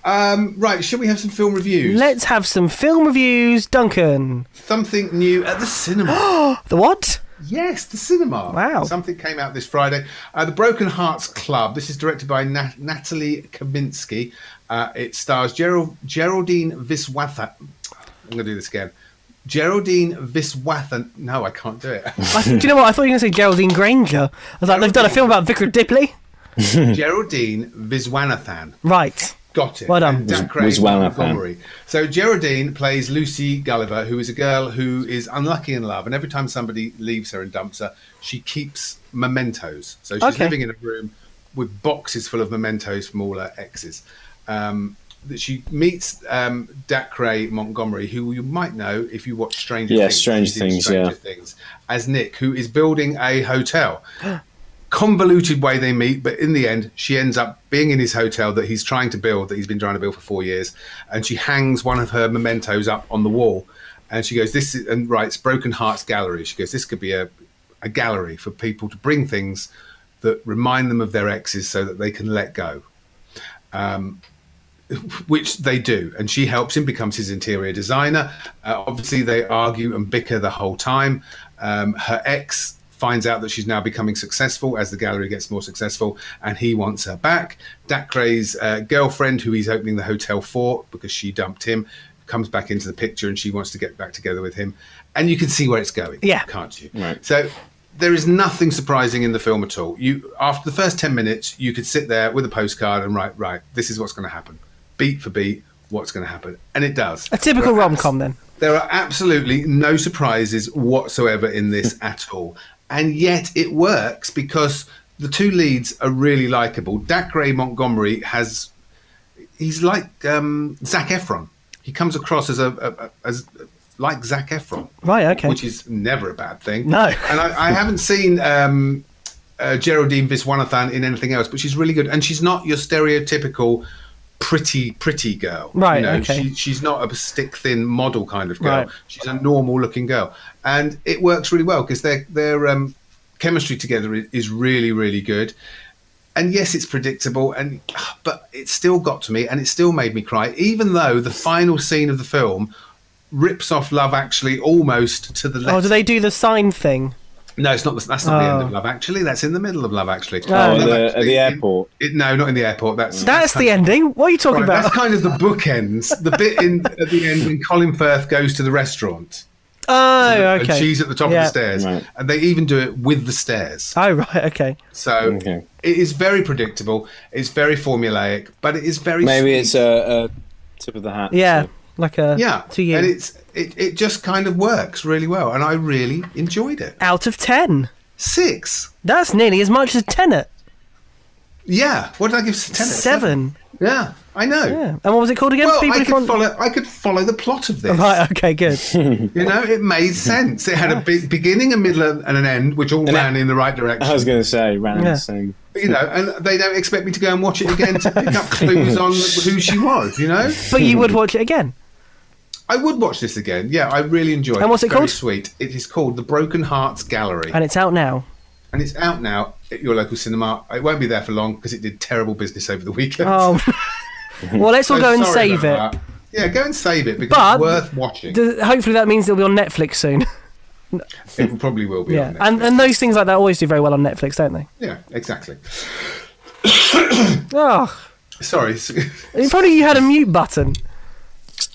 Speaker 4: Um, right, should we have some film reviews?
Speaker 3: Let's have some film reviews, Duncan.
Speaker 4: Something new at the cinema.
Speaker 3: The what?
Speaker 4: Yes, the cinema.
Speaker 3: Wow.
Speaker 4: Something came out this Friday. Uh, the Broken Hearts Club. This is directed by Nat- Natalie Kaminsky. Uh, it stars Gerald- Geraldine Viswatha. I'm going to do this again. Geraldine Viswathan. No, I can't do it.
Speaker 3: I th- do you know what? I thought you were going to say Geraldine Granger. I was like, they've done a film about Vicar of Dipley.
Speaker 4: Geraldine Viswanathan.
Speaker 3: Right.
Speaker 4: Got it.
Speaker 3: Well done.
Speaker 4: And Dak Ray
Speaker 5: was well up there.
Speaker 4: Montgomery. So Geraldine plays Lucy Gulliver, who is a girl who is unlucky in love, and every time somebody leaves her and dumps her, she keeps mementos. So she's
Speaker 3: Okay.
Speaker 4: living in a room with boxes full of mementos from all her exes. Um, that she meets um, Dacre Montgomery, who you might know if you watch Stranger
Speaker 5: Yeah,
Speaker 4: Things.
Speaker 5: Stranger
Speaker 4: He's in
Speaker 5: Things,
Speaker 4: Stranger
Speaker 5: yeah.
Speaker 4: Things as Nick, who is building a hotel convoluted way they meet, but in the end, she ends up being in his hotel that he's trying to build, that he's been trying to build for four years, and she hangs one of her mementos up on the wall, and she goes, "This is," and writes "Broken Hearts Gallery." She goes, "This could be a, a gallery for people to bring things that remind them of their exes, so that they can let go." which they do, and she helps him, becomes his interior designer. Uh, obviously, they argue and bicker the whole time. Um, her ex finds out that she's now becoming successful as the gallery gets more successful, and he wants her back. Dacre's uh, girlfriend, who he's opening the hotel for because she dumped him, comes back into the picture, and she wants to get back together with him. And you can see where it's going,
Speaker 3: Yeah.
Speaker 4: can't you?
Speaker 5: Right.
Speaker 4: So there is nothing surprising in the film at all. You after the first ten minutes, you could sit there with a postcard and write, right, this is what's going to happen, beat for beat, what's going to happen, and it does.
Speaker 3: A typical
Speaker 4: There are
Speaker 3: rom com then.
Speaker 4: there are absolutely no surprises whatsoever in this at all. And yet it works because the two leads are really likable. Dacre Montgomery has he's like um Zach Efron. He comes across as a, a, a as like Zach Efron.
Speaker 3: Right, okay.
Speaker 4: Which is never a bad thing.
Speaker 3: No.
Speaker 4: And I, I haven't seen um uh, Geraldine Viswanathan in anything else, but she's really good, and she's not your stereotypical pretty pretty girl.
Speaker 3: Right,
Speaker 4: You know,
Speaker 3: okay.
Speaker 4: she, she's not a stick thin model kind of girl.
Speaker 3: Right.
Speaker 4: She's a normal looking girl, and it works really well because their their um, chemistry together is, is really really good. And yes, it's predictable, and but it still got to me, and it still made me cry, even though the final scene of the film rips off Love Actually almost to the left.
Speaker 3: Oh, do they do the sign thing?
Speaker 4: No, it's not. The, that's not the end
Speaker 3: Oh.
Speaker 4: of Love Actually. That's in the middle of Love Actually.
Speaker 3: Oh,
Speaker 4: Love
Speaker 5: at the- at
Speaker 4: Actually
Speaker 5: the
Speaker 4: in-
Speaker 5: airport.
Speaker 4: it- no, not in the airport. That's
Speaker 3: That's the ending. What are you talking
Speaker 4: Right,
Speaker 3: about?
Speaker 4: that's kind of the bookends. The bit in at the end when Colin Firth goes to the restaurant
Speaker 3: Oh, okay.
Speaker 4: and she's at the top
Speaker 3: Yeah.
Speaker 4: of the stairs,
Speaker 5: Right.
Speaker 4: and they even do it with the stairs.
Speaker 3: Oh, right, okay.
Speaker 4: So
Speaker 5: Okay.
Speaker 4: it is very predictable. It's very formulaic, but it is very
Speaker 5: Maybe
Speaker 4: sweet.
Speaker 5: it's uh, a, a tip of the hat.
Speaker 3: Yeah,
Speaker 5: to-
Speaker 3: like a
Speaker 4: yeah,
Speaker 3: to you.
Speaker 4: and it's it, it just kind of works really well, and I really enjoyed it.
Speaker 3: Out of ten,
Speaker 4: Six.
Speaker 3: that's nearly as much as Tenet.
Speaker 4: Yeah, what did I give Tenet?
Speaker 3: Seven.
Speaker 4: Yeah, I know.
Speaker 3: Yeah. And what was it called again?
Speaker 4: Well,
Speaker 3: People
Speaker 4: I
Speaker 3: who
Speaker 4: could
Speaker 3: want-
Speaker 4: follow. I could follow the plot of this.
Speaker 3: Right. Okay. Good.
Speaker 4: You know, it made sense. It had a be- beginning, a middle, and an end, which all ran in the right
Speaker 5: I was
Speaker 4: direction.
Speaker 5: going to say, ran
Speaker 3: Yeah.
Speaker 5: the same.
Speaker 4: You know, and they don't expect me to go and watch it again to pick up clues on who she was. You know,
Speaker 3: but you would watch it again.
Speaker 4: I would watch this again. Yeah, I really enjoyed it.
Speaker 3: And what's it
Speaker 4: Very
Speaker 3: called?
Speaker 4: Sweet. It is called The Broken Hearts Gallery,
Speaker 3: and it's out now.
Speaker 4: and it's out now at your local cinema. It won't be there for long because it did terrible business over the weekend.
Speaker 3: Oh, well, let's all
Speaker 4: So
Speaker 3: go and
Speaker 4: sorry
Speaker 3: save it.
Speaker 4: about that. Yeah, go and save it because
Speaker 3: But
Speaker 4: it's worth watching.
Speaker 3: Th- Hopefully, that means they'll be on Netflix soon.
Speaker 4: it probably will be.
Speaker 3: yeah,
Speaker 4: on
Speaker 3: and
Speaker 4: Netflix.
Speaker 3: and those things like that always do very well on Netflix, don't they?
Speaker 4: yeah, exactly.
Speaker 3: Oh,
Speaker 4: Ah. Sorry,
Speaker 3: if only you had a mute button.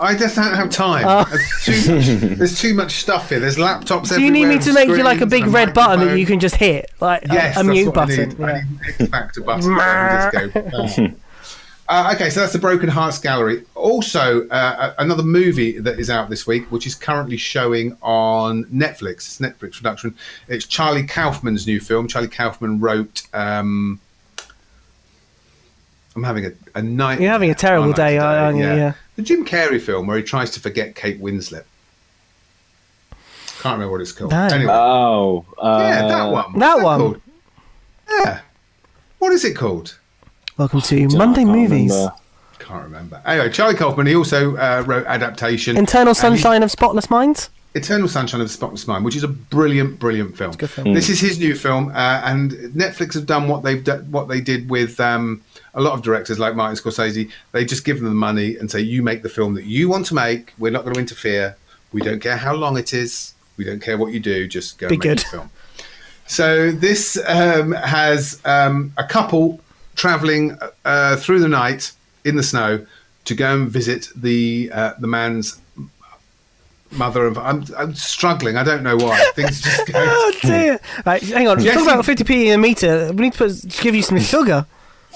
Speaker 4: I just don't have time. There's, too much, there's too much stuff here. There's laptops.
Speaker 3: Oh. Do you need me to make you like a big red button that you
Speaker 4: can?
Speaker 3: can just hit, like a-
Speaker 4: yes,
Speaker 3: a,
Speaker 4: that's
Speaker 3: mute
Speaker 4: what
Speaker 3: button?
Speaker 4: I need. I need an X-Factor button. I can just go, uh, okay, so that's the Broken Hearts Gallery. Also, uh, a- another movie that is out this week, which is currently showing on Netflix. It's a Netflix production. It's Charlie Kaufman's new film. Charlie Kaufman wrote. Um, I'm having a, a night.
Speaker 3: You're having a terrible
Speaker 4: aren't I,
Speaker 3: day, aren't you? Yeah.
Speaker 4: The Jim Carrey film where he tries to forget Kate Winslet. Can't remember what it's called.
Speaker 3: No.
Speaker 4: Anyway,
Speaker 5: Oh, uh,
Speaker 4: yeah, that one. What's
Speaker 3: that one.
Speaker 4: called? Yeah. What is it called?
Speaker 3: Welcome to
Speaker 5: I
Speaker 3: Monday
Speaker 5: can't
Speaker 3: Movies.
Speaker 5: remember.
Speaker 4: Can't remember. Anyway, Charlie Kaufman. He also uh, wrote adaptation
Speaker 3: Internal
Speaker 4: and he-
Speaker 3: Sunshine of Spotless Minds.
Speaker 4: Eternal Sunshine of the Spotless Mind, which is a brilliant, brilliant film. This is his new film, uh, and Netflix have done what they've done, what they did with um, a lot of directors like Martin Scorsese. They just give them the money and say, "You make the film that you want to make. We're not going to interfere. We don't care how long it is. We don't care what you do. Just go
Speaker 3: Be
Speaker 4: and make
Speaker 3: good."
Speaker 4: the film." So this um, has um, a couple traveling uh, through the night in the snow to go and visit the uh, the man's mother of I'm, I'm struggling. I don't know why things just go.
Speaker 3: Oh dear! Right, hang on.
Speaker 4: Jesse-
Speaker 3: Talk about 50p in a meter. We need to put, give you some sugar.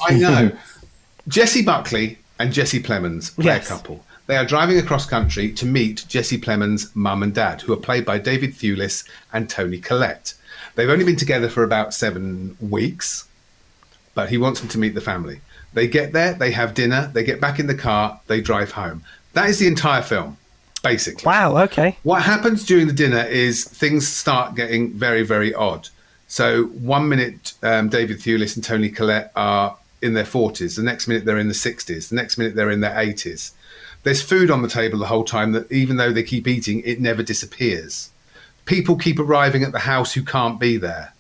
Speaker 4: I know. Jesse Buckley and Jesse Plemons, play
Speaker 3: Yes.
Speaker 4: a couple. They are driving across country to meet Jesse Plemons' mum and dad, who are played by David Thewlis and Tony Collette. They've only been together for about seven weeks, but he wants them to meet the family. They get there, they have dinner, they get back in the car, they drive home. That is the entire film, basically.
Speaker 3: Wow. Okay.
Speaker 4: What happens during the dinner is things start getting very, very odd. So one minute, um, David Thewlis and Tony Collette are in their forties. The next minute, they're in the sixties. The next minute, they're in their eighties. There's food on the table the whole time that, even though they keep eating, it never disappears. People keep arriving at the house who can't be there.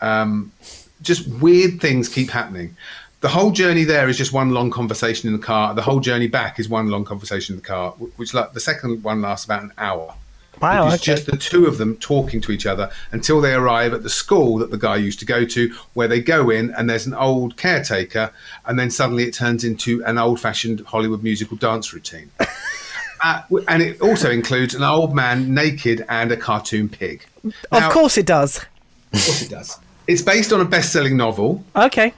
Speaker 4: Um, just weird things keep happening. The whole journey there is just one long conversation in the car. The whole journey back is one long conversation in the car, wh- which like the second one lasts about an hour.
Speaker 3: Wow.
Speaker 4: It's
Speaker 3: okay.
Speaker 4: just the two of them talking to each other until they arrive at the school that the guy used to go to, where they go in and there's an old caretaker, and then suddenly it turns into an old fashioned Hollywood musical dance routine. Uh, w- and it also includes an old man naked and a cartoon pig. Now-
Speaker 3: of course it does.
Speaker 4: Of course it does. It's based on a best selling novel
Speaker 3: Okay.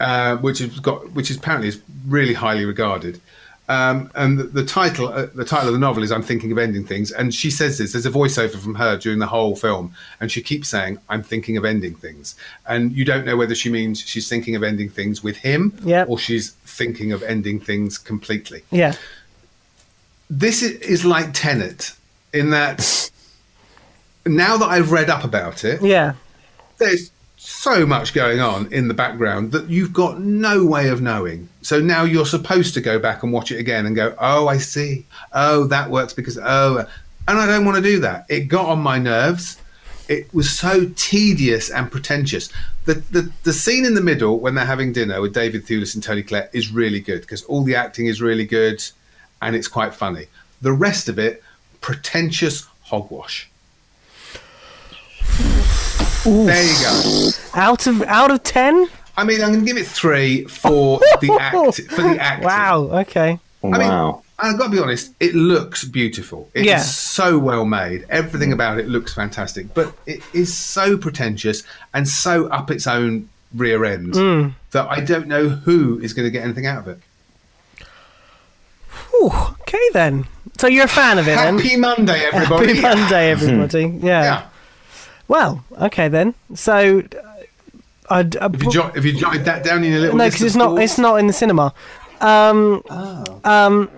Speaker 4: uh, which has got which is apparently is really highly regarded. Um, and the, the title uh, the title of the novel is "I'm Thinking of Ending Things," and she says this. There's a voiceover from her during the whole film, and she keeps saying, "I'm thinking of ending things," and you don't know whether she means she's thinking of ending things with him,
Speaker 3: Yep.
Speaker 4: or she's thinking of ending things completely
Speaker 3: Yeah.
Speaker 4: this i- is like Tenet in that now that I've read up about it,
Speaker 3: Yeah.
Speaker 4: there's so much going on in the background that you've got no way of knowing. So now you're supposed to go back and watch it again and go, oh, I see. Oh, that works because, oh, and I don't want to do that. It got on my nerves. It was so tedious and pretentious. The, the the scene in the middle when they're having dinner with David Thewlis and Tony Collette is really good because all the acting is really good and it's quite funny. The rest of it, pretentious hogwash. There you go.
Speaker 3: Out of out of ten.
Speaker 4: I mean, I'm going to give it three for the act for the acting.
Speaker 3: Wow. Okay.
Speaker 4: I mean,
Speaker 5: Wow.
Speaker 4: I've got to be honest. It looks beautiful. It's
Speaker 3: Yeah.
Speaker 4: so well made. Everything about it looks fantastic, but it is so pretentious and so up its own rear end
Speaker 3: Mm.
Speaker 4: that I don't know who is going to get anything out of it.
Speaker 3: Whew, okay then. So you're a fan of it then.
Speaker 4: Happy Monday, everybody!
Speaker 3: Happy Monday, everybody. Yeah.
Speaker 4: Yeah.
Speaker 3: Well. Okay then. So. uh, I, I,
Speaker 4: If you, jo- if you jotted that down in your little
Speaker 3: no,
Speaker 4: list
Speaker 3: because it's
Speaker 4: of
Speaker 3: not.
Speaker 4: thoughts-
Speaker 3: It's not in the cinema.
Speaker 4: Oh.
Speaker 3: Um,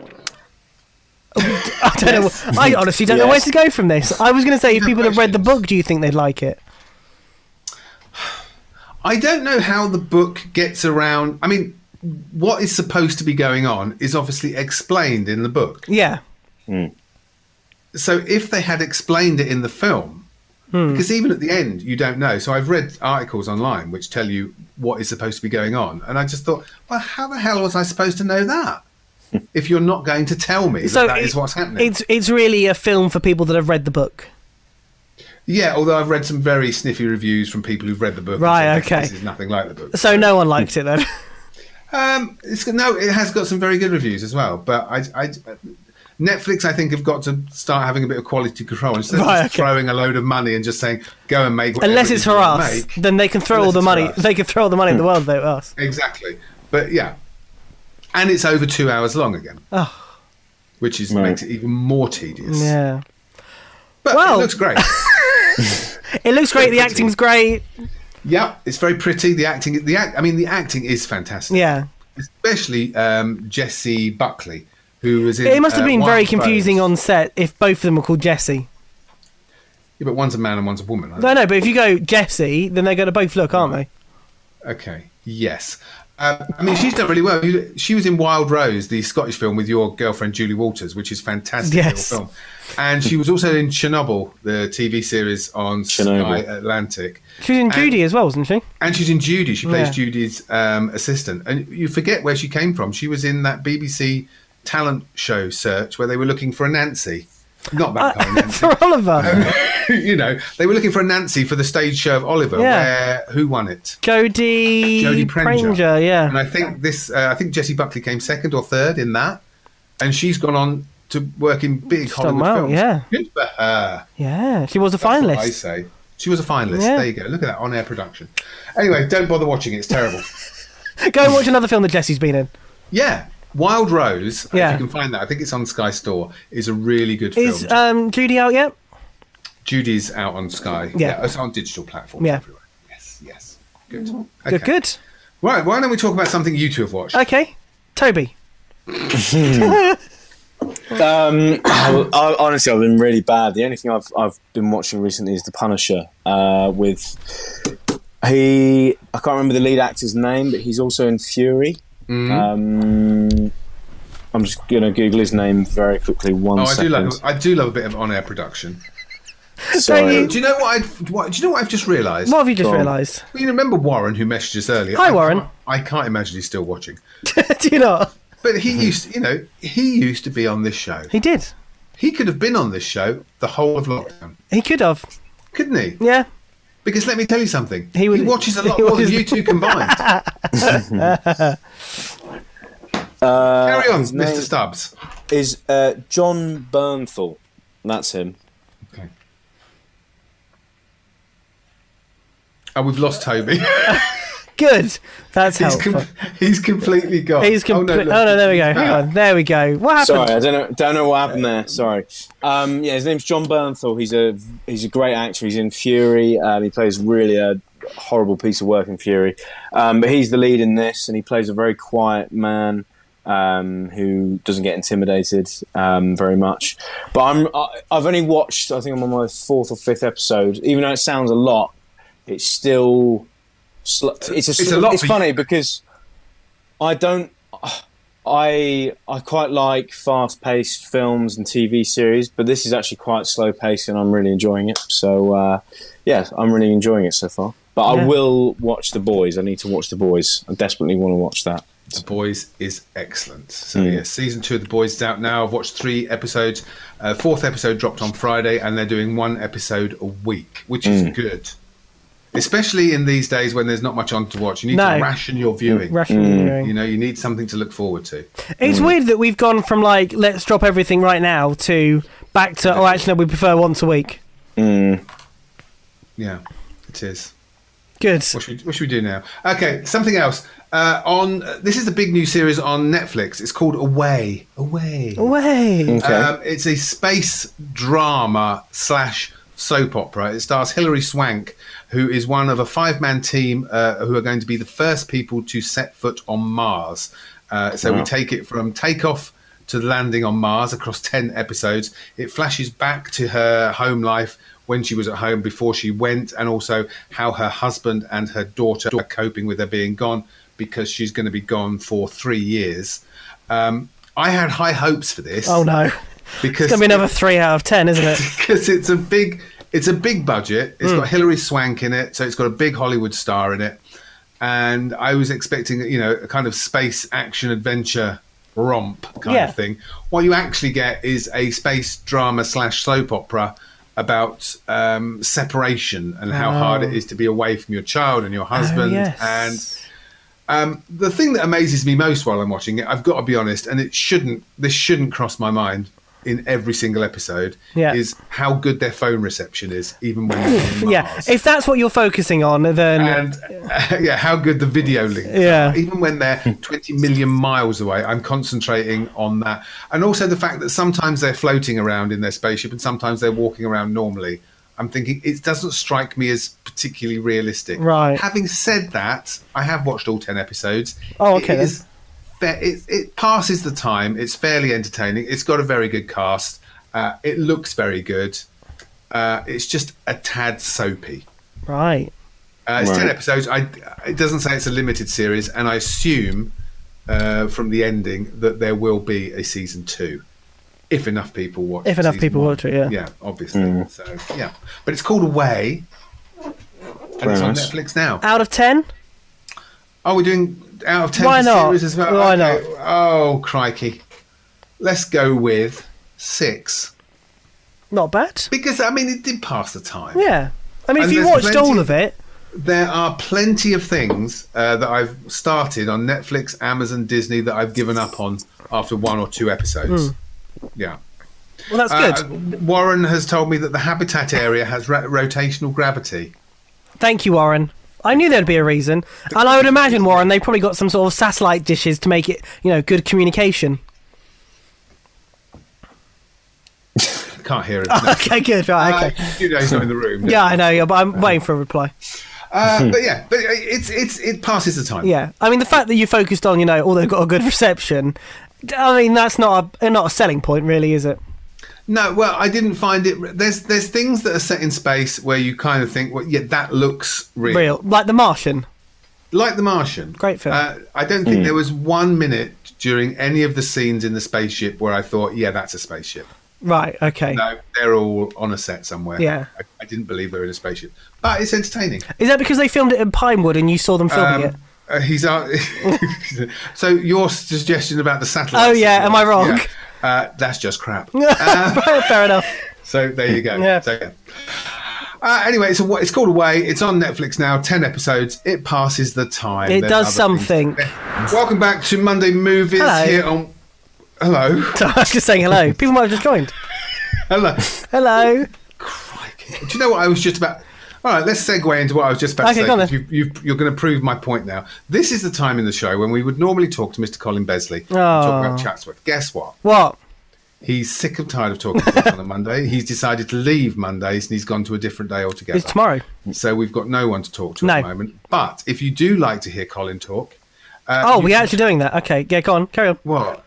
Speaker 3: um, I don't know. I honestly don't know where
Speaker 5: Yes.
Speaker 3: to go from this. I was going to say, if people have read the
Speaker 4: questions.
Speaker 3: book, do you think they'd like it?
Speaker 4: I don't know how the book gets around. I mean, what is supposed to be going on is obviously explained in the book.
Speaker 3: Yeah.
Speaker 4: so if they had explained it in the film,
Speaker 3: Hmm.
Speaker 4: because even at the end you don't know. So I've read articles online which tell you what is supposed to be going on, and I just thought, well, how the hell was I supposed to know that? If you're not going to tell me that that is
Speaker 3: it-
Speaker 4: what's happening,
Speaker 3: It's it's really a film for people that have read the book.
Speaker 4: yeah. Although I've read some very sniffy reviews from people who've read the book, and
Speaker 3: Right,
Speaker 4: said,
Speaker 3: okay.
Speaker 4: This is nothing like the book.
Speaker 3: So no one liked it then.
Speaker 4: Um, it's no, it has got some very good reviews as well. But I, I, Netflix, I think, have got to start having a bit of quality control instead of
Speaker 3: Right,
Speaker 4: just
Speaker 3: okay.
Speaker 4: throwing a load of money and just saying go and make. whatever
Speaker 3: Unless
Speaker 4: it
Speaker 3: it's
Speaker 4: is
Speaker 3: for
Speaker 4: you wanna
Speaker 3: us,
Speaker 4: make."
Speaker 3: then they can throw
Speaker 4: Unless
Speaker 3: all the
Speaker 4: it's
Speaker 3: money.
Speaker 4: for us. Hmm.
Speaker 3: They can throw all the money in the world though at us.
Speaker 4: Exactly, but yeah, and it's over two hours long again. Which is makes it even more tedious.
Speaker 3: Oh. Yeah,
Speaker 4: But
Speaker 3: Well-
Speaker 4: it looks great.
Speaker 3: it looks great. The acting's great.
Speaker 4: yeah, it's very pretty. The acting, the act, I mean, the acting is fantastic.
Speaker 3: Yeah,
Speaker 4: especially um, Jesse Buckley, who was in.
Speaker 3: it must have
Speaker 4: uh,
Speaker 3: been very
Speaker 4: Wild
Speaker 3: confusing
Speaker 4: Bones.
Speaker 3: on set if both of them were called Jesse.
Speaker 4: Yeah, but one's a man and one's a woman. I
Speaker 3: No, no, but if you go Jesse, then they're going to both look, aren't they?
Speaker 4: Okay. Yes. Um, I mean, she's done really well. You- She was in Wild Rose, the Scottish film with your girlfriend Julie Walters, which is fantastic little
Speaker 3: Yes.
Speaker 4: film. And she was also in Chernobyl, the TV series on Sky
Speaker 5: Chernobyl.
Speaker 4: Atlantic.
Speaker 3: She was in
Speaker 4: And-
Speaker 3: Judy as well, wasn't she?
Speaker 4: And she's in Judy. She plays
Speaker 3: Yeah.
Speaker 4: Judy's um, assistant. And you forget where she came from. She was in that BBC talent show search where they were looking for a Nancy. Not that
Speaker 3: Uh,
Speaker 4: kind of Nancy.
Speaker 3: For Oliver,
Speaker 4: you know, they were looking for a Nancy for the stage show of Oliver.
Speaker 3: Yeah.
Speaker 4: Where who won it?
Speaker 3: Jodie
Speaker 4: Jodie Prenger.
Speaker 3: Prenger,
Speaker 4: And
Speaker 3: yeah.
Speaker 4: I think this, uh, I think Jessie Buckley came second or third in that, and she's gone on to work in big
Speaker 3: done
Speaker 4: Hollywood
Speaker 3: well,
Speaker 4: films.
Speaker 3: yeah.
Speaker 4: good for her.
Speaker 3: Yeah, she was a
Speaker 4: That's what I
Speaker 3: finalist.
Speaker 4: say she was a finalist.
Speaker 3: Yeah.
Speaker 4: There you go. Look at that on-air production. Anyway, don't bother watching it. It's terrible.
Speaker 3: Go and watch another film that Jesse's been in.
Speaker 4: yeah, Wild Rose.
Speaker 3: Yeah.
Speaker 4: if you can find that. I think it's on Sky Store. Is a really good
Speaker 3: Is
Speaker 4: film.
Speaker 3: um, Judy out yet?
Speaker 4: Judy's out on Sky.
Speaker 3: Yeah.
Speaker 4: it's on digital platforms
Speaker 3: Yeah.
Speaker 4: everywhere. Yes, yes. Good. Okay.
Speaker 3: Good, good.
Speaker 4: Right. Why don't we talk about something you two have watched?
Speaker 3: Okay, Toby.
Speaker 5: Um, I, I- honestly, I've been really bad. The only thing I've I've been watching recently is The Punisher. Uh, with he, I can't remember the lead actor's name, but he's also in Fury.
Speaker 4: Mm-hmm.
Speaker 5: Um, I'm just gonna Google his name very quickly. One
Speaker 4: Oh, I do
Speaker 5: second.
Speaker 4: love. I do love a bit of on-air production.
Speaker 5: Sorry.
Speaker 3: Don't
Speaker 4: Do you know what? I'd, what do you know what I've just realised?
Speaker 3: What have you just
Speaker 5: Go on.
Speaker 3: realised?
Speaker 4: Well, you remember Warren who messaged us earlier?
Speaker 3: Hi,
Speaker 4: I
Speaker 3: Warren.
Speaker 4: can't- I can't imagine he's still watching.
Speaker 3: Do you not?
Speaker 4: But he used, you know, he used to be on this show.
Speaker 3: Mm-hmm. He did.
Speaker 4: He could have been on this show the whole of lockdown,
Speaker 3: He could have.
Speaker 4: couldn't he?
Speaker 3: Yeah.
Speaker 4: Because let me tell you something.
Speaker 3: He
Speaker 4: He,
Speaker 3: would-
Speaker 4: watches a lot
Speaker 3: he
Speaker 4: more than
Speaker 3: watches-
Speaker 4: you two combined. Carry on, Mr.
Speaker 5: name-
Speaker 4: Stubbs.
Speaker 5: Is uh, John Bernthal? That's him.
Speaker 4: Okay. Oh, we've lost Toby.
Speaker 3: Good. That's
Speaker 4: he's,
Speaker 3: helpful.
Speaker 4: com- he's completely gone.
Speaker 3: Oh, He's com- oh, no,
Speaker 4: look,
Speaker 3: there we go.
Speaker 4: he's
Speaker 3: Hang
Speaker 4: back.
Speaker 3: on. There we go. What happened?
Speaker 5: Sorry, I don't know, don't know what happened there. Sorry. Um, yeah, his name's John Bernthal. He's a he's a great actor. He's in Fury. Um, he plays really a horrible piece of work in Fury, um, but he's the lead in this, and he plays a very quiet man um, who doesn't get intimidated um, very much. But I'm I, I've only watched. I think I'm on my fourth or fifth episode. Even though it sounds a lot, it's still. Sl- it's a,
Speaker 4: It's a lot
Speaker 5: It's
Speaker 4: for you.
Speaker 5: funny because I don't. I I quite like fast paced films and TV series, but this is actually quite slow paced, and I'm really enjoying it. So uh, yeah, I'm really enjoying it so far. But
Speaker 3: Yeah.
Speaker 5: I will watch The Boys. I need to watch The Boys. I desperately want to watch that.
Speaker 4: The Boys is excellent. So yeah, season two of The Boys is out now. I've watched three episodes. Uh, fourth episode dropped on Friday, and they're doing one episode a week, which is good. Especially in these days when there's not much on to watch, you need
Speaker 3: No.
Speaker 4: to Mm, ration your viewing.
Speaker 3: Russian hearing.
Speaker 4: You know, you need something to look forward to.
Speaker 3: It's weird that we've gone from like let's drop everything right now to back to oh actually no, we prefer once a week.
Speaker 4: Yeah, it is.
Speaker 3: Good.
Speaker 4: What should, we, what should we do now? Okay, something else. Uh, on this is the big new series on Netflix. It's called Away. Away.
Speaker 3: Way.
Speaker 5: Okay.
Speaker 4: Um, it's a space drama slash soap opera. It stars Hilary Swank, who is one of a five man team uh, who are going to be the first people to set foot on Mars. Uh, so we take it from takeoff to the landing on Mars across 10 episodes. It flashes back to her home life when she was at home before she went, and also how her husband and her daughter are coping with her being gone because she's going to be gone for three years. Um, I had high hopes for this.
Speaker 3: Oh no.
Speaker 4: because
Speaker 3: It's gonna be another three out of ten, isn't it?
Speaker 4: because it's a big it's a big budget.
Speaker 3: Hmm.
Speaker 4: It's got Hilary Swank in it, so it's got a big Hollywood star in it. And I was expecting, you know, a kind of space action adventure romp kind
Speaker 3: Yeah.
Speaker 4: of thing. What you actually get is a space drama slash soap opera about um, separation and how hard it is to be away from your child and your husband
Speaker 3: Oh. yes.
Speaker 4: and the thing that amazes me most while I'm watching it, I've got to be honest, and it shouldn't, this shouldn't cross my mind in every single episode,
Speaker 3: Yeah.
Speaker 4: is how good their phone reception is, even when they're in
Speaker 3: yeah.
Speaker 4: Mars.
Speaker 3: If that's what you're focusing on, then
Speaker 4: and uh, yeah, how good the video link.
Speaker 3: Yeah.
Speaker 4: even when they're 20 million miles away, I'm concentrating on that, and also the fact that sometimes they're floating around in their spaceship and sometimes they're walking around normally. I'm thinking it doesn't strike me as particularly realistic.
Speaker 3: Right.
Speaker 4: Having said that, I have watched all 10 episodes.
Speaker 3: Oh, okay
Speaker 4: It
Speaker 3: then.
Speaker 4: is fa- it, it passes the time. It's fairly entertaining. It's got a very good cast. Uh, it looks very good. Uh, it's just a tad soapy.
Speaker 3: right.
Speaker 4: Uh, it's ten
Speaker 5: Right.
Speaker 4: episodes. I, it doesn't say it's a limited series, and I assume uh, from the ending that there will be a season two, if enough people watch.
Speaker 3: If enough
Speaker 4: season
Speaker 3: people
Speaker 4: one.
Speaker 3: watch it, yeah.
Speaker 4: yeah, obviously. So yeah, but it's called Away, and
Speaker 5: Very
Speaker 4: it's on
Speaker 5: nice.
Speaker 4: Netflix now.
Speaker 3: Out of ten?
Speaker 4: Are we doing out of ten
Speaker 3: Why
Speaker 4: for
Speaker 3: not?
Speaker 4: series as well?
Speaker 3: Why
Speaker 4: not? Oh crikey, let's go with six
Speaker 3: Not bad.
Speaker 4: because I mean it did pass the time.
Speaker 3: Yeah. I mean,
Speaker 4: And
Speaker 3: if you
Speaker 4: there's
Speaker 3: watched all
Speaker 4: plenty-
Speaker 3: of it,
Speaker 4: there are plenty of things uh, that I've started on Netflix, Amazon, Disney that I've given up on after one or two episodes. Yeah.
Speaker 3: well, that's
Speaker 4: Uh,
Speaker 3: Hmm. good.
Speaker 4: Warren has told me that the habitat area has ra- rotational gravity.
Speaker 3: Thank you, Warren. I knew there'd be a reason, and I would imagine Warren they probably got some sort of satellite dishes to make it, you know, good communication.
Speaker 4: Can't hear him. No.
Speaker 3: Okay, good. Right. Okay.
Speaker 4: Uh, you know he's not in the room.
Speaker 3: yeah, I know, but I'm waiting for a reply.
Speaker 4: Uh, but yeah, but it's it's it passes the time.
Speaker 3: Yeah, I mean the fact that you focused on, you know, although got a good reception, I mean that's not a not a selling point, really, is it?
Speaker 4: No, well, I didn't find it. There's there's things that are set in space where you kind of think, well, yeah, that looks
Speaker 3: Real, like The Martian.
Speaker 4: like The Martian.
Speaker 3: Great film.
Speaker 4: Uh, I don't think there was one minute during any of the scenes in the spaceship where I thought, yeah, that's a spaceship.
Speaker 3: Right. Okay.
Speaker 4: No, they're all on a set somewhere.
Speaker 3: Yeah.
Speaker 4: I, I didn't believe they were in a spaceship, but it's entertaining.
Speaker 3: Is that because they filmed it in Pinewood and you saw them filming it?
Speaker 4: Uh, he's uh, so your suggestion about the satellite.
Speaker 3: Oh, yeah, am I wrong?
Speaker 4: Uh, that's just crap.
Speaker 3: Right, Fair enough.
Speaker 4: So there you go.
Speaker 3: Yeah.
Speaker 4: So, yeah. Uh, anyway, so what it's called Away. It's on Netflix now. Ten episodes. It passes the time.
Speaker 3: It
Speaker 4: There's
Speaker 3: does
Speaker 4: other
Speaker 3: something.
Speaker 4: things. Welcome back to Monday Movies
Speaker 3: Hello.
Speaker 4: here on. Hello,
Speaker 3: So I was just saying hello. People might have just joined.
Speaker 4: hello.
Speaker 3: Hello.
Speaker 4: Do you know what I was just about? All right, let's segue into what I was just about
Speaker 3: Okay,
Speaker 4: to say.
Speaker 3: go on
Speaker 4: 'cause
Speaker 3: then.
Speaker 4: You've, you've, you're going to prove my point now. This is the time in the show when we would normally talk to Mr. Colin Besley and talk
Speaker 3: Oh.
Speaker 4: about Chatsworth. Guess what?
Speaker 3: What?
Speaker 4: He's sick and tired of talking to us on a Monday. He's decided to leave Mondays and he's gone to a different day altogether.
Speaker 3: It's tomorrow.
Speaker 4: So we've got no one to talk to at
Speaker 3: No.
Speaker 4: the moment. But if you do like to hear Colin talk, Uh,
Speaker 3: oh, we're actually doing that. Okay. Yeah. Go on. Carry on.
Speaker 4: what?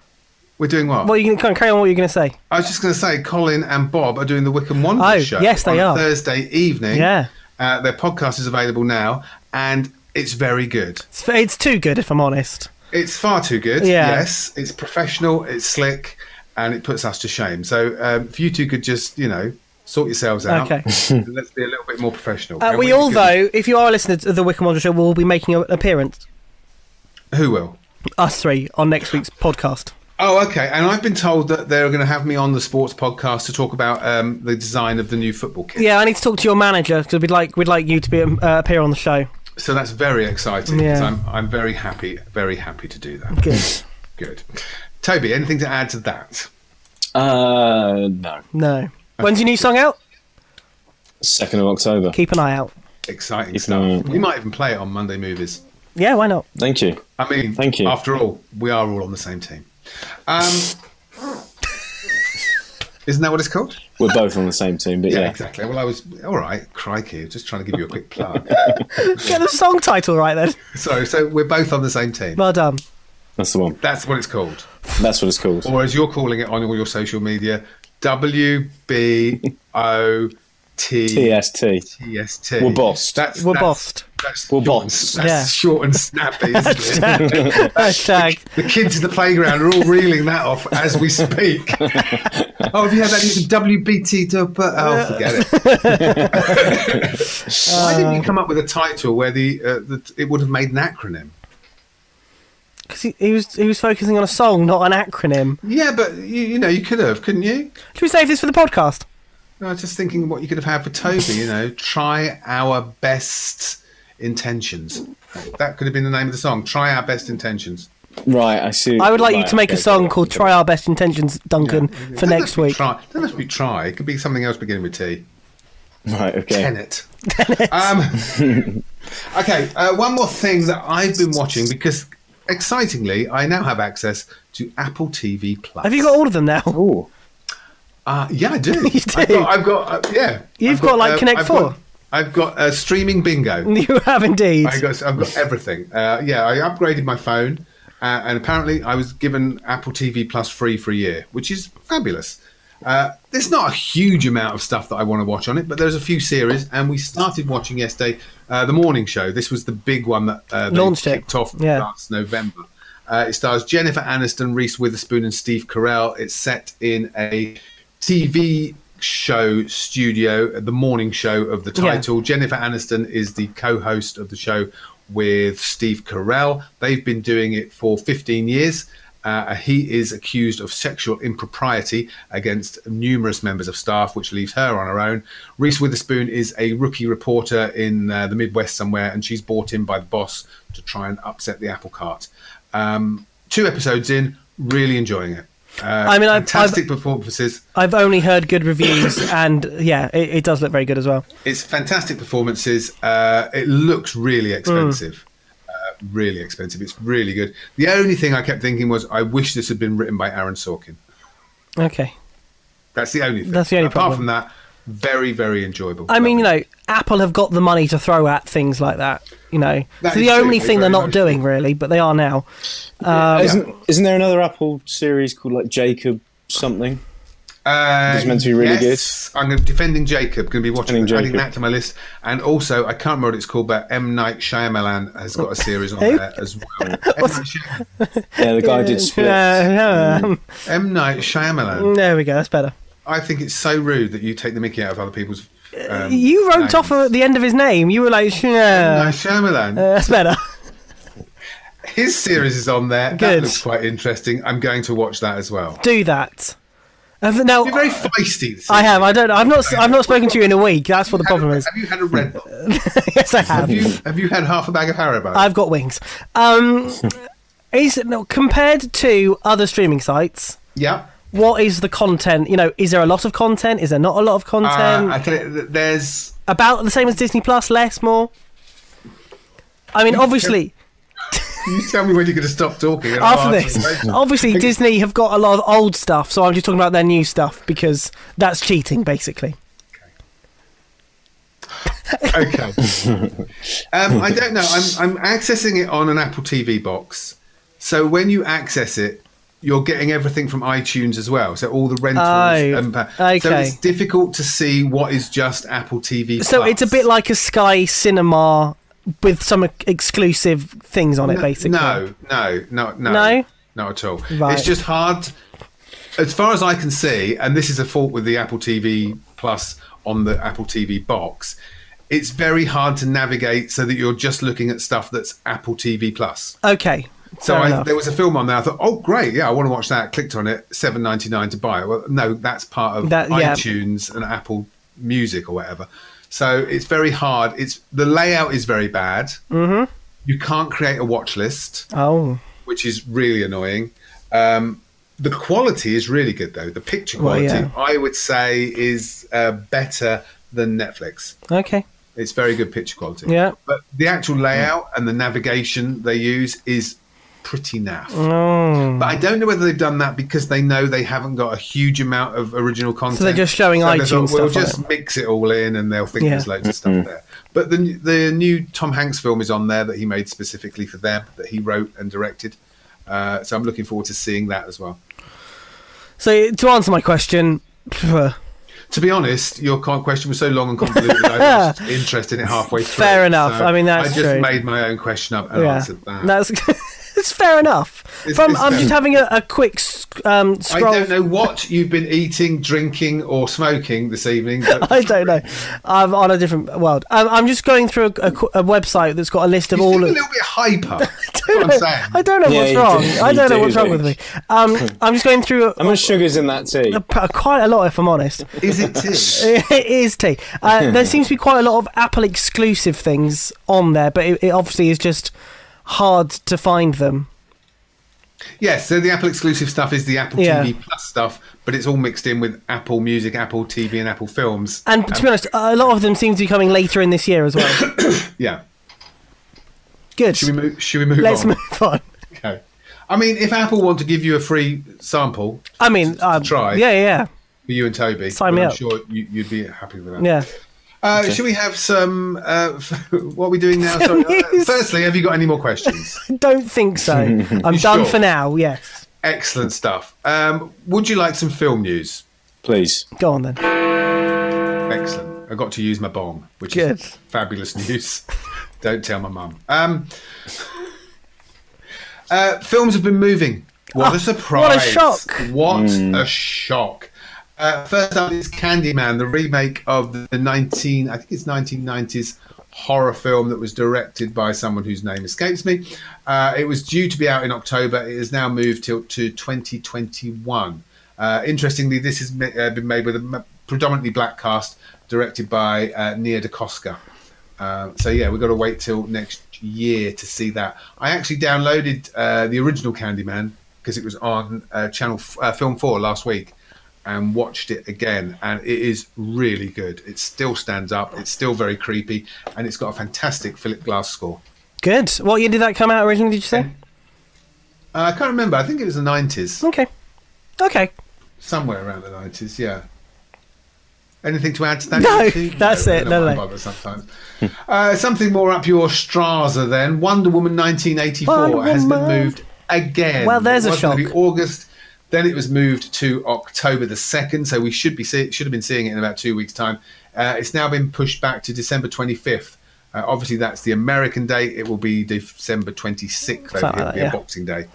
Speaker 4: We're doing what?
Speaker 3: What are you going to carry on? What are you going to say?
Speaker 4: I was just going to say, Colin and Bob are doing the Wickham
Speaker 3: Oh,
Speaker 4: Wanderers show.
Speaker 3: yes, they
Speaker 4: on
Speaker 3: are.
Speaker 4: Thursday evening.
Speaker 3: Yeah.
Speaker 4: Uh, their podcast is available now, and it's very good.
Speaker 3: It's, it's too good, if I'm honest.
Speaker 4: It's far too good.
Speaker 3: Yeah.
Speaker 4: Yes, it's professional, it's slick, and it puts us to shame. So um, if you two could just, you know, sort yourselves out.
Speaker 3: Okay.
Speaker 4: and let's be a little bit more professional.
Speaker 3: Uh,
Speaker 4: Can
Speaker 3: we
Speaker 4: Be
Speaker 3: all,
Speaker 4: good?
Speaker 3: though, if you are a listener to the Wickham Wanderer Show, will be making an appearance,
Speaker 4: Who will?
Speaker 3: us three, on next week's podcast.
Speaker 4: Oh, okay. And I've been told that they're going to have me on the sports podcast to talk about um, the design of the new football kit.
Speaker 3: Yeah, I need to talk to your manager because we'd like we'd like you to be um, uh, appear on the show.
Speaker 4: So that's very exciting. 'cause
Speaker 3: Yeah.
Speaker 4: I'm, I'm very happy, very happy to do that.
Speaker 3: Good.
Speaker 4: Good. Toby, anything to add to that?
Speaker 5: Uh, no.
Speaker 3: No. When's your new song out?
Speaker 5: Second of October.
Speaker 3: Keep an eye out.
Speaker 4: Exciting
Speaker 5: If
Speaker 4: stuff.
Speaker 5: not-
Speaker 4: We might even play it on Monday Movies.
Speaker 3: Yeah, why not?
Speaker 5: Thank you.
Speaker 4: I mean,
Speaker 5: Thank you.
Speaker 4: After all, we are all on the same team. Um, isn't that what it's called?
Speaker 5: We're both on the same team, but yeah.
Speaker 4: exactly. Well, I was all right. Crikey, I was just trying to give you a quick plug.
Speaker 3: Get the song title right then.
Speaker 4: so, so we're both on the same team.
Speaker 3: Well done.
Speaker 5: That's the one.
Speaker 4: That's what it's called,
Speaker 5: That's what it's called.
Speaker 4: or as you're calling it on all your social media, W B O T
Speaker 5: TST.
Speaker 4: T S T.
Speaker 5: We're bossed.
Speaker 4: That's
Speaker 3: We're
Speaker 4: that's-
Speaker 3: bossed.
Speaker 4: That's
Speaker 5: Well,
Speaker 4: short and-
Speaker 5: bots.
Speaker 4: That's
Speaker 3: Yeah.
Speaker 4: short and snappy, isn't it?
Speaker 3: Hashtag.
Speaker 4: The kids in the playground are all reeling that off as we speak. oh, have you had that use of WBT? to- but- Oh, forget it. Why didn't you come up with a title where the, uh, the it would have made an acronym?
Speaker 3: Because he, he was he was focusing on a song, not an acronym.
Speaker 4: Yeah, but you, you know, you could have, couldn't you?
Speaker 3: Should we save this for the podcast?
Speaker 4: I was just thinking what you could have had for Toby. You know, try our best intentions. That could have been the name of the song. Try our best intentions.
Speaker 5: Right, I see.
Speaker 3: I would like you
Speaker 5: Right,
Speaker 3: to make a
Speaker 5: okay,
Speaker 3: song
Speaker 5: cool.
Speaker 3: called "Try Our Best Intentions," Duncan, for
Speaker 4: Doesn't have
Speaker 3: next
Speaker 4: to be
Speaker 3: week.
Speaker 4: Try. Doesn't have to be try. It could be something else beginning with T.
Speaker 5: Right, okay.
Speaker 4: Tenet. Um, okay, uh, one more thing that I've been watching because excitingly, I now have access to Apple TV Plus.
Speaker 3: Have you got all of them now?
Speaker 5: Ooh.
Speaker 4: Uh, yeah, I do. you I've
Speaker 3: do?
Speaker 4: got. I've got uh, yeah.
Speaker 3: You've
Speaker 4: I've
Speaker 3: got, like, Connect
Speaker 4: I've
Speaker 3: Four.
Speaker 4: got- I've got uh, streaming bingo.
Speaker 3: you have indeed.
Speaker 4: I got, I've got everything. Uh, yeah, I upgraded my phone, uh, and apparently I was given Apple TV Plus free for a year, which is fabulous. Uh, there's not a huge amount of stuff that I want to watch on it, but there's a few series, and we started watching yesterday uh, the morning show. This was the big one that uh, they
Speaker 3: Launched it.
Speaker 4: kicked off
Speaker 3: Yeah.
Speaker 4: last November. Uh, it stars Jennifer Aniston, Reese Witherspoon, and Steve Carell. It's set in a TV show studio, the morning show of the
Speaker 3: Yeah.
Speaker 4: title. Jennifer Aniston is the co-host of the show with Steve Carell. They've been doing it for 15 years. Uh, he is accused of sexual impropriety against numerous members of staff, which leaves her on her own. Reese Witherspoon is a rookie reporter in uh, the Midwest somewhere, and she's brought in by the boss to try and upset the apple cart. Um, two episodes in, really enjoying it. Uh,
Speaker 3: I mean, I've-
Speaker 4: fantastic performances.
Speaker 3: I've only heard good reviews, and yeah, it, it does look very good as well.
Speaker 4: It's fantastic performances. Uh, it looks really
Speaker 3: Hmm.
Speaker 4: expensive. Uh, really expensive. It's really good. The only thing I kept thinking was, I wish this had been written by Aaron Sorkin.
Speaker 3: Okay.
Speaker 4: That's the only thing.
Speaker 3: That's the only
Speaker 4: Apart
Speaker 3: problem.
Speaker 4: from that, very, very enjoyable.
Speaker 3: I mean, you
Speaker 4: Lovely.
Speaker 3: know, Apple have got the money to throw at things like that. You know,
Speaker 4: That
Speaker 3: so
Speaker 4: is
Speaker 3: the
Speaker 4: true,
Speaker 3: only
Speaker 4: they
Speaker 3: thing they're
Speaker 4: very
Speaker 3: not
Speaker 4: much-
Speaker 3: doing really, but they are now.
Speaker 5: isn't, isn't there another Apple series called like Jacob something?
Speaker 4: Uh,
Speaker 5: It's meant to be really
Speaker 4: yes, I'm going to defending Jacob. Going to be watching,
Speaker 5: Defending
Speaker 4: adding
Speaker 5: Jacob.
Speaker 4: that to my list, and also I can't remember what it's called, but M Night Shyamalan has got a series on there as well. M. Night, Shy-
Speaker 5: Yeah, the guy did Split.
Speaker 3: Uh,
Speaker 4: M. Night Shyamalan.
Speaker 3: there we go. That's better.
Speaker 4: I think it's so rude that you take the Mickey out of other people's. Um,
Speaker 3: You wrote
Speaker 4: names.
Speaker 3: off at the end of his name. You were like, yeah,
Speaker 4: No, Shyamalan.
Speaker 3: that's better.
Speaker 4: His series is on there. That
Speaker 3: Good.
Speaker 4: looks quite interesting. I'm going to watch that as well.
Speaker 3: Do that. Have- Now,
Speaker 4: You're very feisty. this
Speaker 3: I
Speaker 4: evening.
Speaker 3: have. I don't. I've not. I've not spoken to you in a week. That's what the problem is.
Speaker 4: Have you had a Red Bull?
Speaker 3: Yes, I have.
Speaker 4: Have you, have you had half a bag of Haribo?
Speaker 3: I've got wings. Um, is no, compared to other streaming sites,
Speaker 4: yeah.
Speaker 3: what is the content? You know, is there a lot of content? Is there not a lot of
Speaker 4: Uh,
Speaker 3: content?
Speaker 4: I tell you, there's
Speaker 3: About the same as Disney Plus, less, more. I mean, obviously,
Speaker 4: You tell me when you're going to stop talking. and I'll
Speaker 3: after
Speaker 4: answer the
Speaker 3: this,
Speaker 4: question.
Speaker 3: obviously Disney have got a lot of old stuff, so I'm just talking about their new stuff because that's cheating, basically.
Speaker 4: okay. Um, I don't know. I'm, I'm accessing it on an Apple TV box. So when you access it, you're getting everything from iTunes as well. So all the rentals.
Speaker 3: Oh,
Speaker 4: and pa- So
Speaker 3: okay.
Speaker 4: it's difficult to see what is just Apple TV.
Speaker 3: So
Speaker 4: Plus.
Speaker 3: it's a bit like a Sky Cinema with some ex- exclusive things on it, basically.
Speaker 4: No, no, no, no.
Speaker 3: No?
Speaker 4: Not at all.
Speaker 3: Right.
Speaker 4: It's just hard. As far as I can see, and this is a fault with the Apple TV Plus on the Apple TV box, it's very hard to navigate so that you're just looking at stuff that's Apple TV Plus.
Speaker 3: Okay.
Speaker 4: So
Speaker 3: fair
Speaker 4: I,
Speaker 3: enough.
Speaker 4: there was a film on there. I thought, oh great, yeah, I want to watch that. Clicked on it, seven ninety nine to buy it. Well, no, that's part of
Speaker 3: That- yeah.
Speaker 4: iTunes and Apple Music or whatever. So it's very hard. It's the layout is very bad. Mm-hmm. You can't create a watch list
Speaker 3: Oh.
Speaker 4: which is really annoying. Um, the quality is really good though. The picture
Speaker 3: Well,
Speaker 4: quality,
Speaker 3: yeah.
Speaker 4: I would say, is uh, better than Netflix.
Speaker 3: Okay.
Speaker 4: It's very good picture quality.
Speaker 3: Yeah.
Speaker 4: But the actual layout and the navigation they use is pretty naff.
Speaker 3: Mm.
Speaker 4: But I don't know whether they've done that because they know they haven't got a huge amount of original content.
Speaker 3: just showing
Speaker 4: they
Speaker 3: iTunes
Speaker 4: thought, We'll
Speaker 3: stuff on
Speaker 4: just mix it all in, and they'll think
Speaker 3: Yeah.
Speaker 4: there's loads of stuff there. But the the new Tom Hanks film is on there that he made specifically for them that he wrote and directed. Uh, so I'm looking forward to seeing that as well.
Speaker 3: So to answer my question, pff,
Speaker 4: to be honest, your con- question was so long and convoluted. I was just interested in it halfway through.
Speaker 3: Fair enough.
Speaker 4: So
Speaker 3: I mean, that's
Speaker 4: I just
Speaker 3: true.
Speaker 4: made my own question up and
Speaker 3: Yeah,
Speaker 4: answered that.
Speaker 3: that's it's fair enough.
Speaker 4: It's-
Speaker 3: From
Speaker 4: it's
Speaker 3: I'm
Speaker 4: fair.
Speaker 3: just having a, a quick sc- um,
Speaker 4: I
Speaker 3: scroll.
Speaker 4: don't know what you've been eating, drinking, or smoking this evening. But
Speaker 3: I don't know. I'm on a different world. Um, I'm just going through a, a qu- a website that's got a list of
Speaker 4: you
Speaker 3: all.
Speaker 4: seem a
Speaker 3: of-
Speaker 4: little bit hyper. That's what I'm saying.
Speaker 3: I don't know
Speaker 5: Yeah,
Speaker 3: what's
Speaker 5: you
Speaker 3: wrong.
Speaker 5: do-
Speaker 3: I
Speaker 5: you
Speaker 3: don't know
Speaker 5: do,
Speaker 3: what's wrong
Speaker 5: Luke.
Speaker 3: with me. Um, I'm just going through
Speaker 5: How much sugar's in that tea?
Speaker 3: a, a- quite a lot, if I'm honest.
Speaker 4: Is it tea?
Speaker 3: it is tea. Uh, there seems to be quite a lot of Apple exclusive things on there, but it, it obviously is just hard to find them.
Speaker 4: Yes, so the Apple exclusive stuff is the Apple
Speaker 3: Yeah.
Speaker 4: TV Plus stuff, but it's all mixed in with Apple Music, Apple TV, and Apple Films.
Speaker 3: And to be honest, a lot of them seem to be coming later in this year as well.
Speaker 4: Yeah.
Speaker 3: Good.
Speaker 4: Should we move, should we move
Speaker 3: Let's
Speaker 4: on?
Speaker 3: move on.
Speaker 4: Okay. I mean, if Apple want to give you a free sample
Speaker 3: I mean, um,
Speaker 4: try.
Speaker 3: Yeah, yeah,
Speaker 4: for you and Toby,
Speaker 3: Sign me
Speaker 4: then I'm
Speaker 3: up.
Speaker 4: sure you, you'd be happy with that.
Speaker 3: yeah.
Speaker 4: Uh, Should we have some? Uh, what are we doing now? Sorry. Uh, firstly, have you got any more questions?
Speaker 3: yeah. Don't think so. I'm done
Speaker 4: sure?
Speaker 3: for now. Yes.
Speaker 4: Excellent stuff. Um, would you like some film news?
Speaker 5: Please.
Speaker 3: Go on then.
Speaker 4: Excellent. I got to use my bomb, which
Speaker 3: Good.
Speaker 4: is fabulous news. Don't tell my mum. Um, uh, films have been moving. Oh, What a surprise!
Speaker 3: shock.
Speaker 4: What a shock! Uh, first up is Candyman, the remake of the 19, I think it's 1990s horror film that was directed by someone whose name escapes me. Uh, it was due to be out in October. It has now moved till to 2021. Uh, interestingly, this has ma- uh, been made with a ma- predominantly black cast, directed by uh, Nia DaCosta. Uh, so yeah, we've got to wait till next year to see that. I actually downloaded uh, the original Candyman because it was on uh, Channel f- uh, Film Four last week and watched it again, and it is really good. It still stands up. It's still very creepy, and it's got a fantastic Philip Glass score.
Speaker 3: Good. What year did that come out originally? Did you say?
Speaker 4: Uh, I can't remember. I think it was the nineties,
Speaker 3: Okay. Okay.
Speaker 4: somewhere around the nineties. Yeah. Anything to add to that?
Speaker 3: No,
Speaker 4: you two?
Speaker 3: that's
Speaker 4: I
Speaker 3: it.
Speaker 4: don't
Speaker 3: No,
Speaker 4: know why I
Speaker 3: no.
Speaker 4: bother Sometimes. uh, something more up your Straza then. Wonder Woman 1984
Speaker 3: Wonder
Speaker 4: has been
Speaker 3: Woman.
Speaker 4: moved again.
Speaker 3: Well, there's
Speaker 4: it
Speaker 3: a
Speaker 4: was gonna
Speaker 3: shock.
Speaker 4: Be August. Then it was moved to October the second, so we should be see- should have been seeing it in about two weeks' time. Uh, it's now been pushed back to December 25th. Uh, obviously, that's the American date. It will be December 26th. Over
Speaker 3: Something
Speaker 4: here. It'll
Speaker 3: like that,
Speaker 4: be a
Speaker 3: yeah. Um,
Speaker 4: Boxing Day.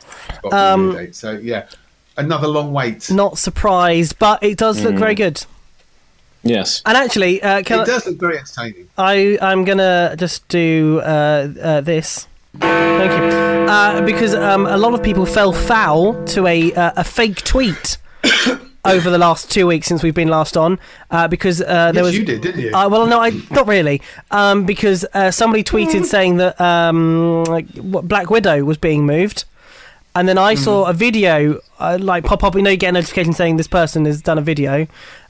Speaker 4: Boxing Day. date. So yeah, another long wait.
Speaker 3: Not surprised, but it does look very good.
Speaker 5: Yes.
Speaker 3: And actually, uh, can
Speaker 4: Hmm. it
Speaker 3: I-
Speaker 4: does look very entertaining.
Speaker 3: I I'm gonna just do uh, uh, this. Thank you, uh, because um, a lot of people fell foul to a uh, a fake tweet over the last two weeks since we've been last on. Uh, because uh, there
Speaker 4: Yes,
Speaker 3: was
Speaker 4: you did, didn't you?
Speaker 3: Uh, well, no, I not really. Um, because uh, somebody
Speaker 4: Mm.
Speaker 3: tweeted saying that um, like, what, Black Widow was being moved. And then
Speaker 4: Mm.
Speaker 3: I saw a video uh, like pop up, you know, you get a notification saying this person has done a video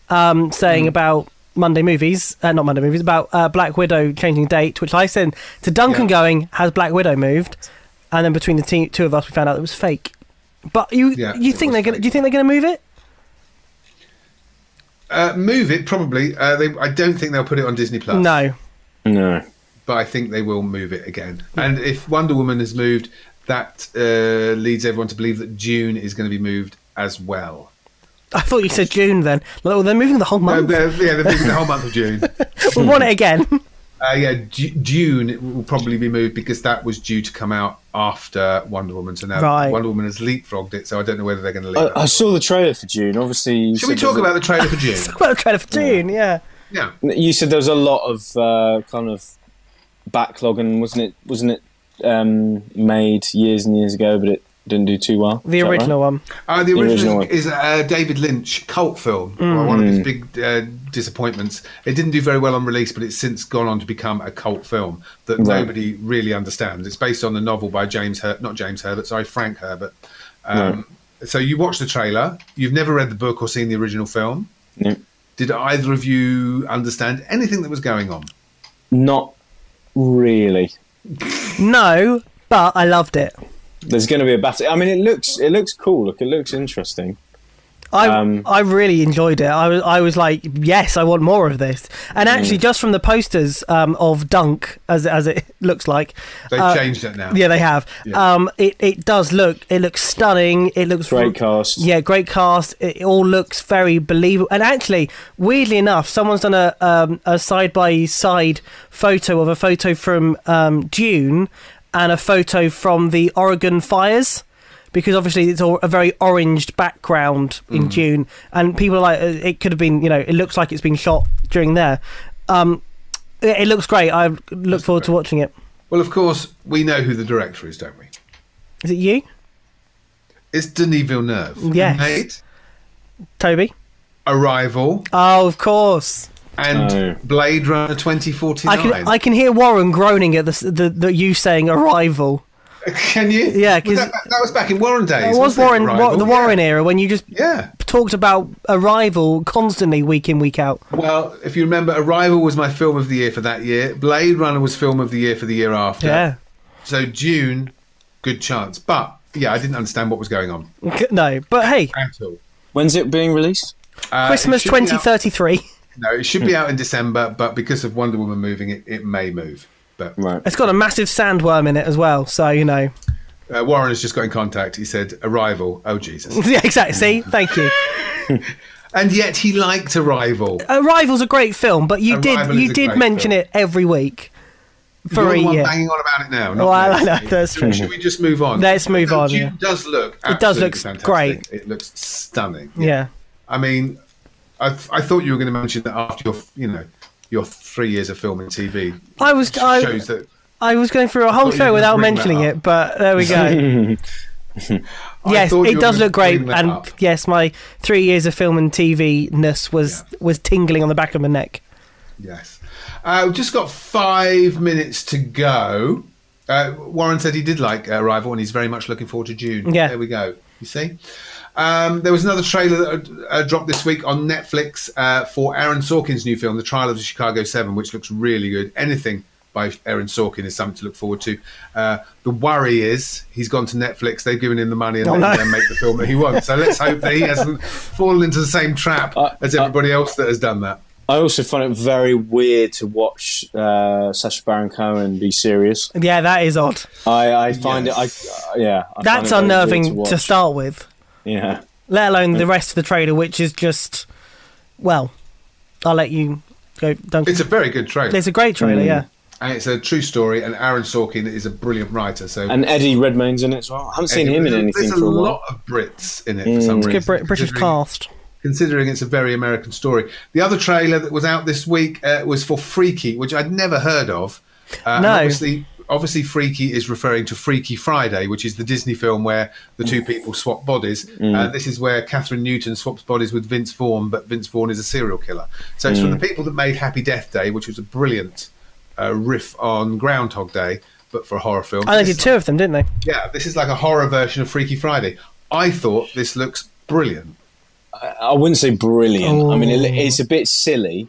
Speaker 3: um, saying
Speaker 4: Mm.
Speaker 3: about Monday movies, uh, not Monday movies, about uh, Black Widow changing date, which I sent to Duncan
Speaker 4: Yeah.
Speaker 3: going, has Black Widow moved? And then between the te- two of us, we found out it was fake. But you,
Speaker 4: Yeah,
Speaker 3: you
Speaker 4: it
Speaker 3: think
Speaker 4: was
Speaker 3: they're gonna?
Speaker 4: fake.
Speaker 3: Do you think they're gonna move it?
Speaker 4: Uh, move it probably. Uh, they, I don't think they'll put it on Disney Plus.
Speaker 3: No.
Speaker 5: No.
Speaker 4: but I think they will move it again. And if Wonder Woman has moved, that uh, leads everyone to believe that June is going to be moved as well.
Speaker 3: I thought you said June then. Well, they're moving the whole
Speaker 4: Oh,
Speaker 3: month.
Speaker 4: they're- yeah, they're moving the whole month of June.
Speaker 3: we want it again.
Speaker 4: Uh, yeah, Ju- June will probably be moved because that was due to come out after Wonder Woman. So now
Speaker 3: Right. Uh,
Speaker 4: Wonder Woman has leapfrogged it. So I don't know whether they're going to leave.
Speaker 5: I,
Speaker 4: it.
Speaker 5: I saw the trailer for June. Obviously, you
Speaker 4: Should we
Speaker 5: said
Speaker 4: talk
Speaker 5: there's
Speaker 4: about the trailer for June?
Speaker 3: well, trailer for June, yeah.
Speaker 4: Yeah.
Speaker 5: a- You said there was a lot of uh, kind of backlog, and wasn't it wasn't it um, made years and years ago, but it didn't do too well.
Speaker 3: The
Speaker 5: Is that
Speaker 3: original
Speaker 5: right?
Speaker 3: one.
Speaker 4: Uh, the
Speaker 5: original
Speaker 4: original
Speaker 5: one.
Speaker 4: is a David Lynch cult film,
Speaker 5: Mm.
Speaker 4: well, one of his big uh, disappointments. It didn't do very well on release, but it's since gone on to become a cult film that
Speaker 5: Right.
Speaker 4: nobody really understands. It's based on the novel by James Herbert, not James Herbert, sorry, Frank Herbert. Um, So you watch the trailer, you've never read the book or seen the original film.
Speaker 5: No.
Speaker 4: Did either of you understand anything that was going on?
Speaker 5: Not really.
Speaker 3: No, but I loved it.
Speaker 5: There's going to be a battle. I mean, it looks it looks cool. Look, it looks interesting.
Speaker 3: I
Speaker 5: Um,
Speaker 3: I really enjoyed it. I was I was like, yes, I want more of this. And
Speaker 5: Mm.
Speaker 3: actually, just from the posters um, of Dunk, as as it looks like,
Speaker 4: They've
Speaker 3: uh,
Speaker 4: changed that now.
Speaker 3: Yeah, they have.
Speaker 4: Yeah.
Speaker 3: Um, it it does look it looks stunning. It looks
Speaker 5: Great cast.
Speaker 3: Yeah, great cast. It, it all looks very believable. And actually, weirdly enough, someone's done a um, a side by side photo of a photo from um, June and a photo from the Oregon fires. Because obviously it's all a very oranged background in June, and people are like, uh, it could have been, you know, it looks like it's been shot during there. Um, it, it looks great. I look forward to watching it.
Speaker 4: Well, of course, we know who the director is, don't we?
Speaker 3: Is it you?
Speaker 4: It's Denis Villeneuve. who
Speaker 3: Yes.
Speaker 4: made
Speaker 3: Toby.
Speaker 4: Arrival
Speaker 3: Oh, of course.
Speaker 4: and
Speaker 5: Oh.
Speaker 4: Blade Runner 2049.
Speaker 3: I can I can hear Warren groaning at the s- the, the you saying arrival.
Speaker 4: Can you?
Speaker 3: Yeah,
Speaker 4: Well,
Speaker 3: 'cause-
Speaker 4: that, that was back in Warren days.
Speaker 3: It was
Speaker 4: wasn't
Speaker 3: Warren
Speaker 4: Arrival?
Speaker 3: Wa- the
Speaker 4: Yeah.
Speaker 3: Warren era when you just
Speaker 4: Yeah.
Speaker 3: talked about arrival constantly week in week out.
Speaker 4: Well, if you remember, Arrival was my film of the year for that year. Blade Runner was film of the year for the year after.
Speaker 3: Yeah.
Speaker 4: So June, good chance. But yeah, I didn't understand what was going on
Speaker 3: C- No, but hey,
Speaker 4: at all.
Speaker 5: When's it being released?
Speaker 4: Uh, it
Speaker 3: Christmas Hmm.
Speaker 4: should be out-
Speaker 3: 2033.
Speaker 4: No, it should be out in December, but because of Wonder Woman moving, it, it may move. But
Speaker 5: Right.
Speaker 3: It's got a massive sandworm in it as well, so you know.
Speaker 4: uh, Warren has just got in contact. He said, Arrival. Oh, Jesus.
Speaker 3: yeah, exactly. See, thank you.
Speaker 4: and yet he liked Arrival.
Speaker 3: Arrival's a great film, but you
Speaker 4: Arrival
Speaker 3: did
Speaker 4: is
Speaker 3: you
Speaker 4: a
Speaker 3: did
Speaker 4: great
Speaker 3: mention
Speaker 4: film.
Speaker 3: it every week for
Speaker 4: You're
Speaker 3: a
Speaker 4: the one
Speaker 3: year.
Speaker 4: banging on about it now. Not
Speaker 3: Well, I
Speaker 4: me.
Speaker 3: know that's
Speaker 4: Should- Should we just move on?
Speaker 3: Let's move
Speaker 4: No,
Speaker 3: on,
Speaker 4: June
Speaker 3: yeah.
Speaker 4: does look.
Speaker 3: It does look
Speaker 4: absolutely
Speaker 3: great.
Speaker 4: fantastic. It looks stunning.
Speaker 3: yeah.
Speaker 4: I mean, I, th- I thought you were going to mention that after your, you know, your three years of film and TV
Speaker 3: I was I,
Speaker 4: shows that.
Speaker 3: I was going through a whole
Speaker 4: thought you
Speaker 3: show
Speaker 4: were
Speaker 3: without
Speaker 4: gonna bring
Speaker 3: mentioning
Speaker 4: that up.
Speaker 3: it, but there we go.
Speaker 4: I
Speaker 3: yes,
Speaker 4: thought you
Speaker 3: it
Speaker 4: were
Speaker 3: does
Speaker 4: gonna
Speaker 3: look great,
Speaker 4: bring that
Speaker 3: and
Speaker 4: up.
Speaker 3: yes, my three years of film and TV ness was was tingling on the back of my neck.
Speaker 4: yes, uh, we've just got five minutes to go. Uh, Warren said he did like uh, Arrival, and he's very much looking forward to June.
Speaker 3: Yeah.
Speaker 4: there we go. You see. Um, there was another trailer that uh, dropped this week on Netflix uh, for Aaron Sorkin's new film, The Trial of the Chicago Seven, which looks really good. Anything by Aaron Sorkin is something to look forward to. Uh, the worry is he's gone to Netflix, they've given him the money, and
Speaker 3: Oh,
Speaker 4: they
Speaker 3: no.
Speaker 4: then make the film that he wants. So let's hope that he hasn't fallen into the same trap
Speaker 3: Uh,
Speaker 4: as everybody else that has done that.
Speaker 5: I also find it very weird to watch uh, Sacha Baron Cohen be serious.
Speaker 3: Yeah, that is odd.
Speaker 5: I, I find
Speaker 4: Yes.
Speaker 5: it. I, yeah. I find
Speaker 3: That's
Speaker 5: it very weird
Speaker 3: unnerving to,
Speaker 5: watch.
Speaker 3: start with,
Speaker 5: Yeah.
Speaker 3: let alone the rest of the trailer, which is just well, I'll let you go, Duncan.
Speaker 4: It's a very good trailer.
Speaker 3: It's a great
Speaker 5: Mm.
Speaker 3: trailer, yeah.
Speaker 4: and it's a true story. And Aaron Sorkin is a brilliant writer. So
Speaker 5: And Eddie Redmayne's in it as well. I haven't seen him in
Speaker 4: There's a-
Speaker 5: anything
Speaker 4: There's a
Speaker 5: for a while. Mm.
Speaker 4: lot of Brits in it for some reason.
Speaker 3: Good Brit- British
Speaker 4: considering-
Speaker 3: cast.
Speaker 4: Considering it's a very American story. The other trailer that was out this week uh, was for Freaky, which I'd never heard of. Uh, and
Speaker 3: No.
Speaker 4: Obviously, obviously, Freaky is referring to Freaky Friday, which is the Disney film where the two people swap bodies. Uh, this is where Catherine Newton swaps bodies with Vince Vaughn, but Vince Vaughn is a serial killer. So it's from the people that made Happy Death Day, which was a brilliant uh, riff on Groundhog Day, but for a horror film.
Speaker 3: And they
Speaker 4: This
Speaker 3: did two of them, didn't they?
Speaker 4: yeah, this is like a horror version of Freaky Friday. I thought this looks brilliant.
Speaker 5: I wouldn't say brilliant. I mean,
Speaker 4: Oh.
Speaker 5: it, it's a bit silly.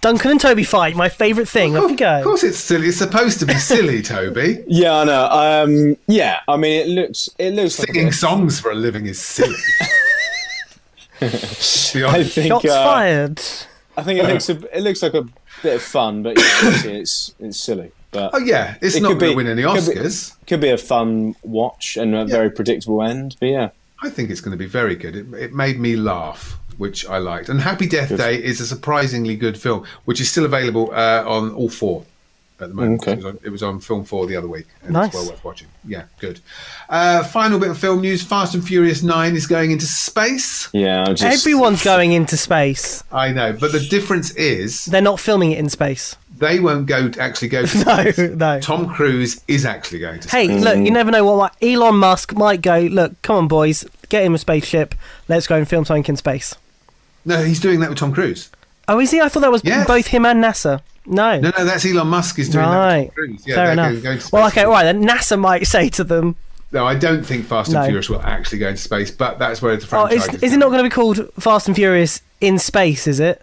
Speaker 3: Duncan and Toby fight, my favourite thing. Off you go.
Speaker 4: Of course, it's silly. It's supposed to be silly, Toby.
Speaker 5: Yeah, I know. Um, yeah, I mean, it looks it looks like
Speaker 4: Singing
Speaker 5: a-
Speaker 4: songs for a living is silly. To be
Speaker 5: I
Speaker 4: honest.
Speaker 5: think
Speaker 3: Shots
Speaker 5: uh,
Speaker 3: fired.
Speaker 5: I think it looks a, it looks like a bit of fun, but yeah, obviously it's it's silly. But
Speaker 4: Oh yeah, it's
Speaker 5: It
Speaker 4: not
Speaker 5: could
Speaker 4: going
Speaker 5: be-
Speaker 4: to win any
Speaker 5: could be-
Speaker 4: Oscars.
Speaker 5: could be a fun watch and a very predictable end. But yeah,
Speaker 4: I think it's going to be very good. It, it made me laugh, which I liked. And Happy Death Day is a surprisingly good film, which is still available uh, on all four at the moment.
Speaker 5: Okay.
Speaker 4: It, was on, it was on Film 4 the other week. And
Speaker 3: Nice.
Speaker 4: It's well worth watching. Yeah, good. Uh, final bit of film news Fast and Furious 9 is going into space.
Speaker 5: yeah. I'm just,
Speaker 3: Everyone's going into space.
Speaker 4: I know, but the difference is
Speaker 3: They're not filming it in space.
Speaker 4: they won't go actually go to
Speaker 3: No,
Speaker 4: space.
Speaker 3: no.
Speaker 4: Tom Cruise is actually going to space.
Speaker 3: Hey, look, you never know what like, Elon Musk might go. Look, come on, boys, get him a spaceship. Let's go and film something in space.
Speaker 4: No, he's doing that with Tom Cruise.
Speaker 3: Oh, is he? I thought that was
Speaker 4: Yes.
Speaker 3: both him and NASA. No.
Speaker 4: No, no, that's Elon Musk is doing that
Speaker 3: Right.
Speaker 4: with Tom Cruise. Yeah,
Speaker 3: Fair
Speaker 4: they're
Speaker 3: enough.
Speaker 4: going to
Speaker 3: well,
Speaker 4: space.
Speaker 3: okay, all right. Then NASA might say to them,
Speaker 4: No, I don't think Fast and
Speaker 3: No.
Speaker 4: Furious will actually go into space, but that's where the
Speaker 3: "Oh,
Speaker 4: franchise
Speaker 3: is, is it not going to be called Fast and Furious in space? Is it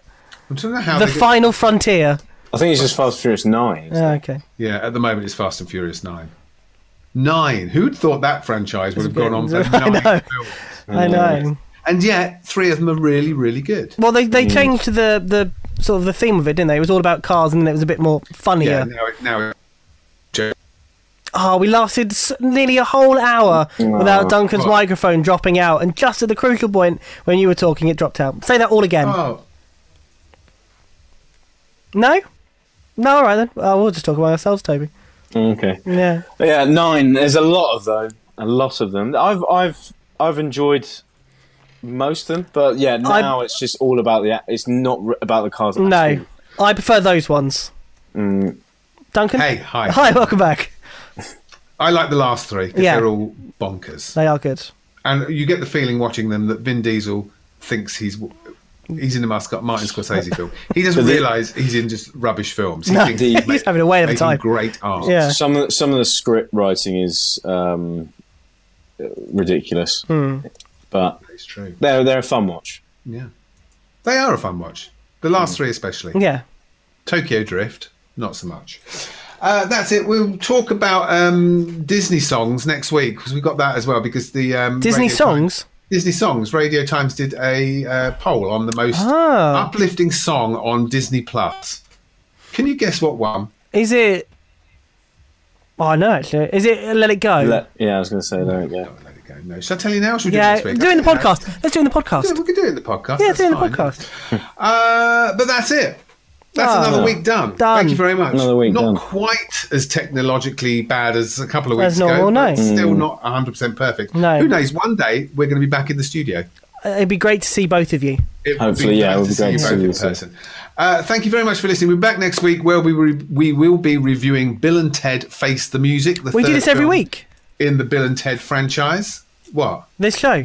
Speaker 4: I don't know how
Speaker 3: the
Speaker 4: they get-
Speaker 3: final frontier?"
Speaker 5: I think it's just Fast and Furious Nine.
Speaker 3: Oh, okay.
Speaker 4: Yeah, at the moment it's Fast and Furious Nine. Nine. Who'd thought that franchise would have gone on for
Speaker 3: I
Speaker 4: nine
Speaker 3: know.
Speaker 4: films?
Speaker 3: I know.
Speaker 4: and yet three of them are really, really good.
Speaker 3: Well, they
Speaker 4: Mm.
Speaker 3: they changed the the sort of the theme of it, didn't they? It was all about cars, and then it was a bit more funnier.
Speaker 4: Yeah, now it, now it,
Speaker 3: Oh, we lasted s- nearly a whole hour without Duncan's
Speaker 4: Right.
Speaker 3: microphone dropping out, and just at the crucial point when you were talking, it dropped out. Say that all again.
Speaker 4: oh,
Speaker 3: No, no, all right then. Oh, we'll just talk about ourselves, Toby.
Speaker 5: Okay.
Speaker 3: Yeah.
Speaker 5: Yeah, nine. There's a lot of them. A lot of them. I've I've I've enjoyed most of them, but yeah, now it's just all about the. a- It's not r- about the cars. at all.
Speaker 3: No, I prefer those ones. Duncan.
Speaker 4: hey, hi.
Speaker 3: Hi, welcome back.
Speaker 4: I like the last three 'cause
Speaker 3: Yeah.
Speaker 4: they're all bonkers,
Speaker 3: They are good.
Speaker 4: and you get the feeling watching them that Vin Diesel thinks he's. He's in a Mascot Martin Scorsese film. He doesn't
Speaker 5: the-
Speaker 4: realise he's in just rubbish films. He thinks
Speaker 5: He's
Speaker 4: ma-
Speaker 3: having a whale of a
Speaker 4: making
Speaker 3: time.
Speaker 4: Great art.
Speaker 3: Yeah.
Speaker 5: Some of, some of the script writing is um, ridiculous, but
Speaker 4: it's true.
Speaker 5: they're they're a fun watch.
Speaker 4: Yeah, they are a fun watch. The last three, especially.
Speaker 3: Mm. Yeah.
Speaker 4: Tokyo Drift, not so much. Uh, that's it. We'll talk about um, Disney songs next week because we got that as well. Because the um,
Speaker 3: Disney
Speaker 4: Radio
Speaker 3: songs?
Speaker 4: Times- Disney songs. Radio Times did a uh, poll on the most
Speaker 3: Ah.
Speaker 4: uplifting song on Disney Plus. Can you guess what one?
Speaker 3: Is it? Oh no, actually, is it Let It Go?
Speaker 5: Let- yeah, I was going to say there we go.
Speaker 4: Let it go. No, should I tell you now? Or should we
Speaker 3: yeah,
Speaker 4: do
Speaker 3: do it
Speaker 4: it next week?
Speaker 3: in the
Speaker 4: I don't know.
Speaker 3: podcast. Let's do it in the
Speaker 4: Yeah,
Speaker 3: podcast.
Speaker 4: we could do it in the podcast.
Speaker 3: Yeah,
Speaker 4: that's
Speaker 3: do it in the
Speaker 4: fine.
Speaker 3: podcast.
Speaker 4: Uh, but that's it. That's
Speaker 3: Done.
Speaker 4: another week done.
Speaker 3: Done.
Speaker 4: Thank you very much.
Speaker 5: Another week
Speaker 4: not
Speaker 5: done.
Speaker 4: quite as technologically bad as a couple of weeks
Speaker 3: As
Speaker 4: ago.
Speaker 3: normal, no.
Speaker 4: but
Speaker 5: Hmm.
Speaker 4: Still not 100% perfect.
Speaker 3: No.
Speaker 4: Who knows? One day we're going to be back in the studio.
Speaker 3: Uh, It'd be great to see both of you.
Speaker 4: It would
Speaker 5: Hopefully, yeah,
Speaker 4: nice
Speaker 5: it would be great
Speaker 4: you
Speaker 5: to
Speaker 4: both
Speaker 5: see you
Speaker 4: in
Speaker 5: soon.
Speaker 4: person. Uh, thank you very much for listening. We're back next week where we, re- we will be reviewing Bill and Ted Face the Music. The
Speaker 3: We do
Speaker 4: third
Speaker 3: this every
Speaker 4: film
Speaker 3: week.
Speaker 4: In the Bill and Ted franchise. What?
Speaker 3: This show.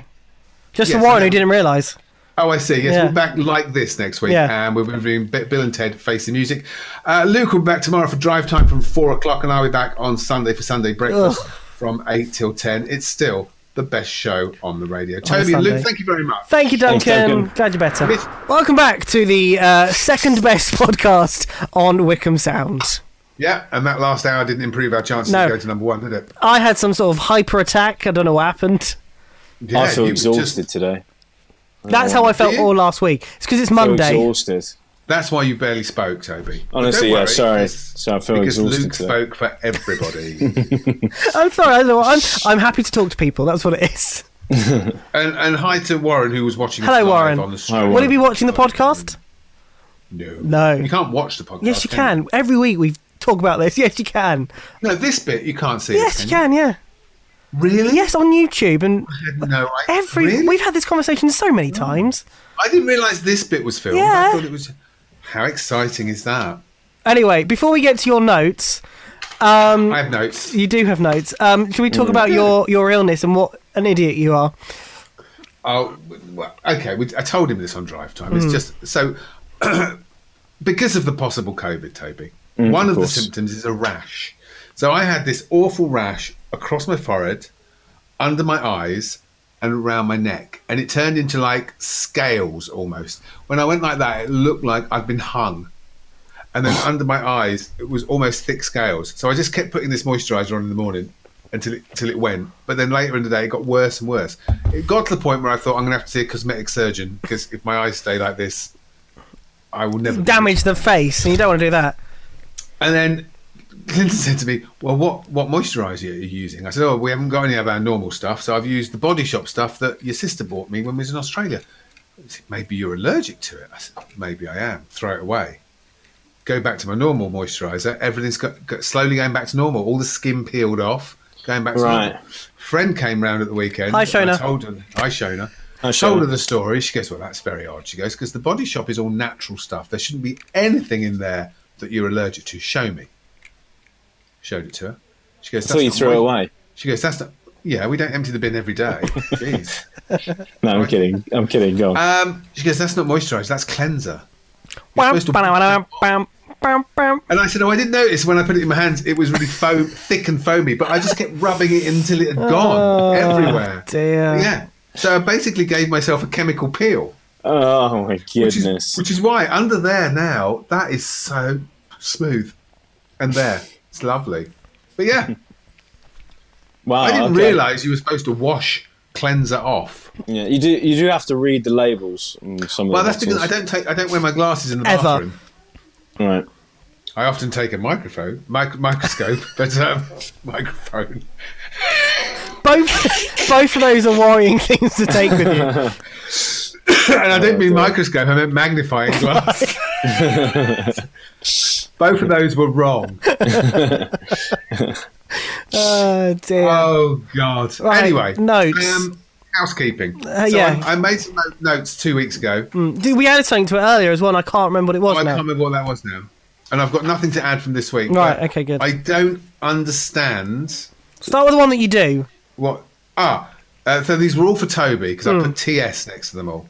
Speaker 3: Just
Speaker 4: Yes,
Speaker 3: for Warren
Speaker 4: yeah.
Speaker 3: who didn't realise.
Speaker 4: Oh, I see. Yes,
Speaker 3: Yeah.
Speaker 4: we're back like this next week,
Speaker 3: Yeah.
Speaker 4: and we'll be reviewing Bi- Bill and Ted Face the Music. Uh, Luke will be back tomorrow for drive time from four o'clock, and I'll be back on Sunday for Sunday breakfast from eight till ten. It's still the best show on the radio. Toby and Luke,
Speaker 3: Sunday.
Speaker 4: thank you very much.
Speaker 3: Thank you, Duncan.
Speaker 5: Thanks, Duncan.
Speaker 3: Glad you're better.
Speaker 4: Miss-
Speaker 3: Welcome back to the uh, second best podcast on Wickham Sound.
Speaker 4: yeah, and that last hour didn't improve our chances
Speaker 3: No.
Speaker 4: to go to number one, did it?
Speaker 3: I had some sort of hyper attack. I don't know what happened.
Speaker 4: Yeah,
Speaker 5: I feel
Speaker 4: you were just-
Speaker 5: exhausted today.
Speaker 3: That's how I felt
Speaker 4: you?
Speaker 3: all last week. It's because it's
Speaker 5: Feel
Speaker 3: Monday.
Speaker 5: exhausted.
Speaker 4: that's why you barely spoke, Toby. But
Speaker 5: Honestly,
Speaker 4: don't
Speaker 5: yeah.
Speaker 4: worry,
Speaker 5: Sorry,
Speaker 4: because-
Speaker 5: so I feel
Speaker 4: Because
Speaker 5: exhausted
Speaker 4: Luke
Speaker 5: today.
Speaker 4: spoke for everybody,
Speaker 3: I'm sorry. I don't know. I'm, I'm happy to talk to people. That's what it is.
Speaker 4: and and hi to Warren who was watching. us
Speaker 3: Hello,
Speaker 4: live
Speaker 3: Warren.
Speaker 4: On the
Speaker 5: Hi,
Speaker 4: stream.
Speaker 5: Warren.
Speaker 3: Will you be watching the podcast?
Speaker 4: No,
Speaker 3: No.
Speaker 4: you can't watch the podcast.
Speaker 3: Yes, you
Speaker 4: you?
Speaker 3: can. Every week we talk about this. Yes, you can.
Speaker 4: No, this bit you can't see.
Speaker 3: Yes,
Speaker 4: it,
Speaker 3: you can. Yeah.
Speaker 4: Really?
Speaker 3: Yes, on YouTube and
Speaker 4: No, I,
Speaker 3: every.
Speaker 4: Really?
Speaker 3: We've had this conversation so many times.
Speaker 4: I didn't realise this bit was filmed.
Speaker 3: Yeah.
Speaker 4: I thought it was. How exciting is that?
Speaker 3: Anyway, before we get to your notes,
Speaker 4: I have notes.
Speaker 3: you do have notes. Um, can we
Speaker 4: Mm.
Speaker 3: talk about your your illness and what an idiot you are?
Speaker 4: Oh, well, okay. We, I told him this on drive time.
Speaker 3: Mm.
Speaker 4: It's just so because of the possible COVID, Toby. one of, the
Speaker 5: course.
Speaker 4: symptoms is a rash. So I had this awful rash across my forehead, under my eyes, and around my neck, and it turned into like scales almost. When I went like that, it looked like I'd been hung. And then under my eyes, it was almost thick scales. So I just kept putting this moisturizer on in the morning until it, till it went. But then later in the day, it got worse and worse. It got to the point where I thought I'm going to have to see a cosmetic surgeon because if my eyes stay like this, I will never be
Speaker 3: Damage the face, and you don't want to do that.
Speaker 4: and then Clinton said to me, "Well, what what moisturiser are you using?" I said, "Oh, we haven't got any of our normal stuff, so I've used the Body Shop stuff that your sister bought me when we was in Australia." He said, "Maybe you're allergic to it." I said, "Maybe I am. Throw it away. Go back to my normal moisturiser. Everything's got, got slowly going back to normal. All the skin peeled off, going back to
Speaker 5: Right.
Speaker 4: normal." Friend came round at the weekend.
Speaker 3: Hi,
Speaker 4: and I
Speaker 3: Shona.
Speaker 4: told her. Hi, Shona.
Speaker 5: Hi, Shona.
Speaker 4: Told her the story. She goes, "Well, that's very odd." She goes, "Because the Body Shop is all natural stuff. There shouldn't be anything in there that you're allergic to. Show me." Showed it to her. She goes,
Speaker 5: I thought you
Speaker 4: not
Speaker 5: threw it
Speaker 4: moi-
Speaker 5: away.
Speaker 4: She goes, "That's not." Yeah, we don't empty the bin every day. Jeez.
Speaker 5: No, I'm kidding. I'm kidding. Go on.
Speaker 4: Um, she goes, "That's not moisturiser. That's cleanser." You're
Speaker 3: Bam,
Speaker 4: supposed to-
Speaker 3: bam, bam, bam, bam.
Speaker 4: And I said, "Oh, I didn't notice when I put it in my hands. It was really foam, thick and foamy, but I just kept rubbing it until it had gone everywhere."
Speaker 3: dear.
Speaker 4: Yeah. So I basically gave myself a chemical peel.
Speaker 5: oh my
Speaker 4: which
Speaker 5: goodness.
Speaker 4: is, which is why under there now that is so smooth, and there it's lovely. But yeah,
Speaker 5: wow.
Speaker 4: I didn't
Speaker 5: Oh, okay.
Speaker 4: realise you were supposed to wash cleanser off.
Speaker 5: Yeah, you do. You do have to read the labels. on Some of
Speaker 4: Well,
Speaker 5: the
Speaker 4: that's because I
Speaker 5: bottles.
Speaker 4: don't take I don't wear my glasses in the
Speaker 3: Ever.
Speaker 4: bathroom.
Speaker 5: Right.
Speaker 4: I often take a microphone, mic- microscope, but um, microphone.
Speaker 3: Both both of those are worrying things to take with you.
Speaker 4: and I didn't mean
Speaker 5: Oh,
Speaker 4: microscope, I meant magnifying glass. Both of those were wrong.
Speaker 3: Oh dear.
Speaker 4: Oh God!
Speaker 3: Right,
Speaker 4: Anyway,
Speaker 3: notes. Uh,
Speaker 4: Um, housekeeping. so
Speaker 3: yeah.
Speaker 4: I, I made some no- notes two weeks ago.
Speaker 3: Dude, we added something to it earlier as well, and I can't remember what it was
Speaker 4: I
Speaker 3: now.
Speaker 4: can't remember what that was now, and I've got nothing to add from this week.
Speaker 3: Right,
Speaker 4: but
Speaker 3: okay, good.
Speaker 4: I don't understand
Speaker 3: Start with the one that you do.
Speaker 4: what. Ah, uh, so these were all for Toby because I put
Speaker 3: Mm.
Speaker 4: TS next to them all.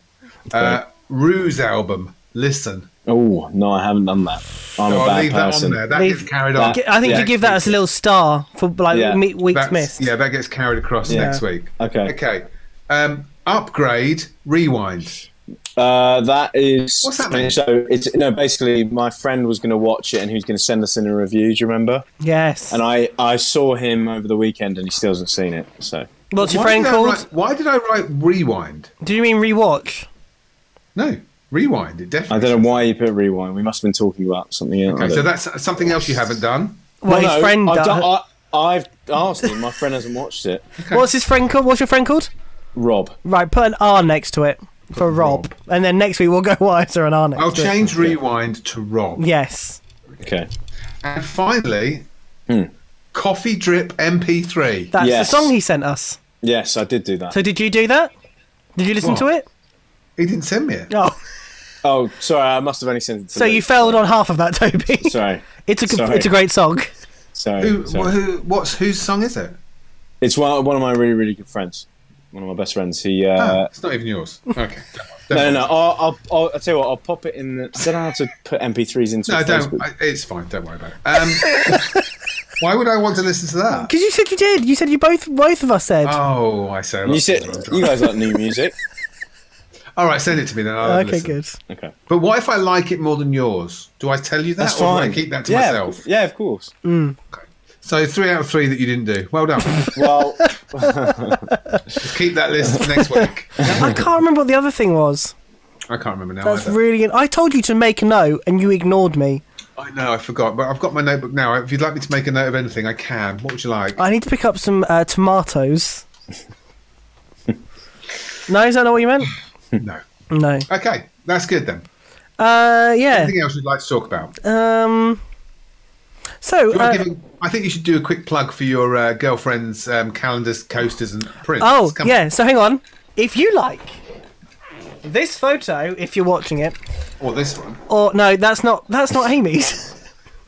Speaker 4: Uh, Ruse album. Listen,
Speaker 5: Oh no, I haven't done that. I'm
Speaker 4: so
Speaker 5: a bad
Speaker 4: I'll leave
Speaker 5: person.
Speaker 4: that on there. That
Speaker 3: Leave-
Speaker 4: gets carried on.
Speaker 5: That-
Speaker 3: I think
Speaker 5: Yeah.
Speaker 3: you give that as a little star for like
Speaker 5: Yeah.
Speaker 3: me- weeks
Speaker 4: That's-
Speaker 3: missed.
Speaker 4: Yeah, that gets carried across next week.
Speaker 5: Okay.
Speaker 4: Okay. Um, upgrade. Rewind.
Speaker 5: Uh, that is.
Speaker 4: What's that mean?
Speaker 5: So it's no. Basically, my friend was going to watch it, and he was going to send us in a review. Do you remember?
Speaker 3: Yes.
Speaker 5: And I, I saw him over the weekend, and he still hasn't seen it. So
Speaker 3: What's your
Speaker 4: Why
Speaker 3: friend
Speaker 4: did I
Speaker 3: called?
Speaker 4: write- why did I write rewind?
Speaker 3: Do you mean rewatch?
Speaker 4: No, rewind. It
Speaker 5: I
Speaker 4: definitely.
Speaker 5: don't know why you put rewind. We must have been talking about something else.
Speaker 4: Okay, so that's something else you haven't done.
Speaker 3: What his friend
Speaker 5: I've,
Speaker 3: does.
Speaker 5: done- I, I've asked him. My friend hasn't watched it.
Speaker 3: What's his friend called? What's your friend called?
Speaker 5: Rob.
Speaker 3: Right, put an R next to it for Rob, and then next week we'll go wiser and R next
Speaker 4: I'll
Speaker 3: to it.
Speaker 4: change rewind to Rob.
Speaker 3: Yes.
Speaker 5: Okay.
Speaker 4: And finally,
Speaker 5: Hmm.
Speaker 4: coffee drip MP3.
Speaker 3: That's
Speaker 5: Yes.
Speaker 3: the song he sent us.
Speaker 5: Yes, I did do that.
Speaker 3: So did you do that? Did you listen to
Speaker 4: What?
Speaker 3: it?
Speaker 4: he didn't send me it.
Speaker 3: Oh,
Speaker 5: Oh, sorry. I must have only sent it. To
Speaker 3: so you failed on half of that, Toby.
Speaker 5: Sorry.
Speaker 3: It's a
Speaker 5: Sorry.
Speaker 3: it's a great song.
Speaker 5: Sorry.
Speaker 4: Who,
Speaker 5: sorry.
Speaker 4: who? What's whose song is it?
Speaker 5: It's one, one of my really, really good friends. One of my best friends. He.
Speaker 4: Oh,
Speaker 5: Uh,
Speaker 4: it's not even yours. Okay.
Speaker 5: no, no, no. I'll, I'll, I'll, I'll tell you what. I'll pop it in. The, I don't know how to put MP3s into.
Speaker 4: No,
Speaker 5: a
Speaker 4: don't.
Speaker 5: Facebook.
Speaker 4: I, it's fine. Don't worry about it. Um, why would I want to listen to that?
Speaker 3: Because you said you did. You said you both both of us said.
Speaker 4: Oh, I say. a lot
Speaker 5: You
Speaker 4: of
Speaker 5: said
Speaker 4: things when I'm drunk.
Speaker 5: you guys like new music.
Speaker 4: All right, send it to me then. I'll
Speaker 3: okay,
Speaker 4: listen.
Speaker 3: good.
Speaker 5: Okay.
Speaker 4: But what if I like it more than yours? Do I tell you that,
Speaker 5: That's
Speaker 4: or
Speaker 5: fine.
Speaker 4: do I keep that to
Speaker 5: yeah,
Speaker 4: myself?
Speaker 5: Yeah, of course.
Speaker 4: So three out of three that you didn't do. Well done.
Speaker 5: Well,
Speaker 4: Just keep that list for next week.
Speaker 3: I can't remember what the other thing was.
Speaker 4: I can't remember now.
Speaker 3: That's
Speaker 4: either.
Speaker 3: really. good. I told you to make a note, and you ignored me.
Speaker 4: I know, I forgot, but I've got my notebook now. If you'd like me to make a note of anything, I can. What would you like?
Speaker 3: I need to pick up some uh, tomatoes. no, is that not what you meant?
Speaker 4: no.
Speaker 3: No.
Speaker 4: Okay, that's good then.
Speaker 3: Uh, yeah.
Speaker 4: Anything else you'd like to talk about? Do
Speaker 3: Um. So.
Speaker 4: you wanna
Speaker 3: Uh,
Speaker 4: give a- I think you should do a quick plug for your uh, girlfriend's um, calendars, coasters, and prints.
Speaker 3: Oh,
Speaker 4: Come on.
Speaker 3: yeah. So hang on. If you like this photo, if you're watching it,
Speaker 4: Or this one.
Speaker 3: or no, that's not that's not Amy's.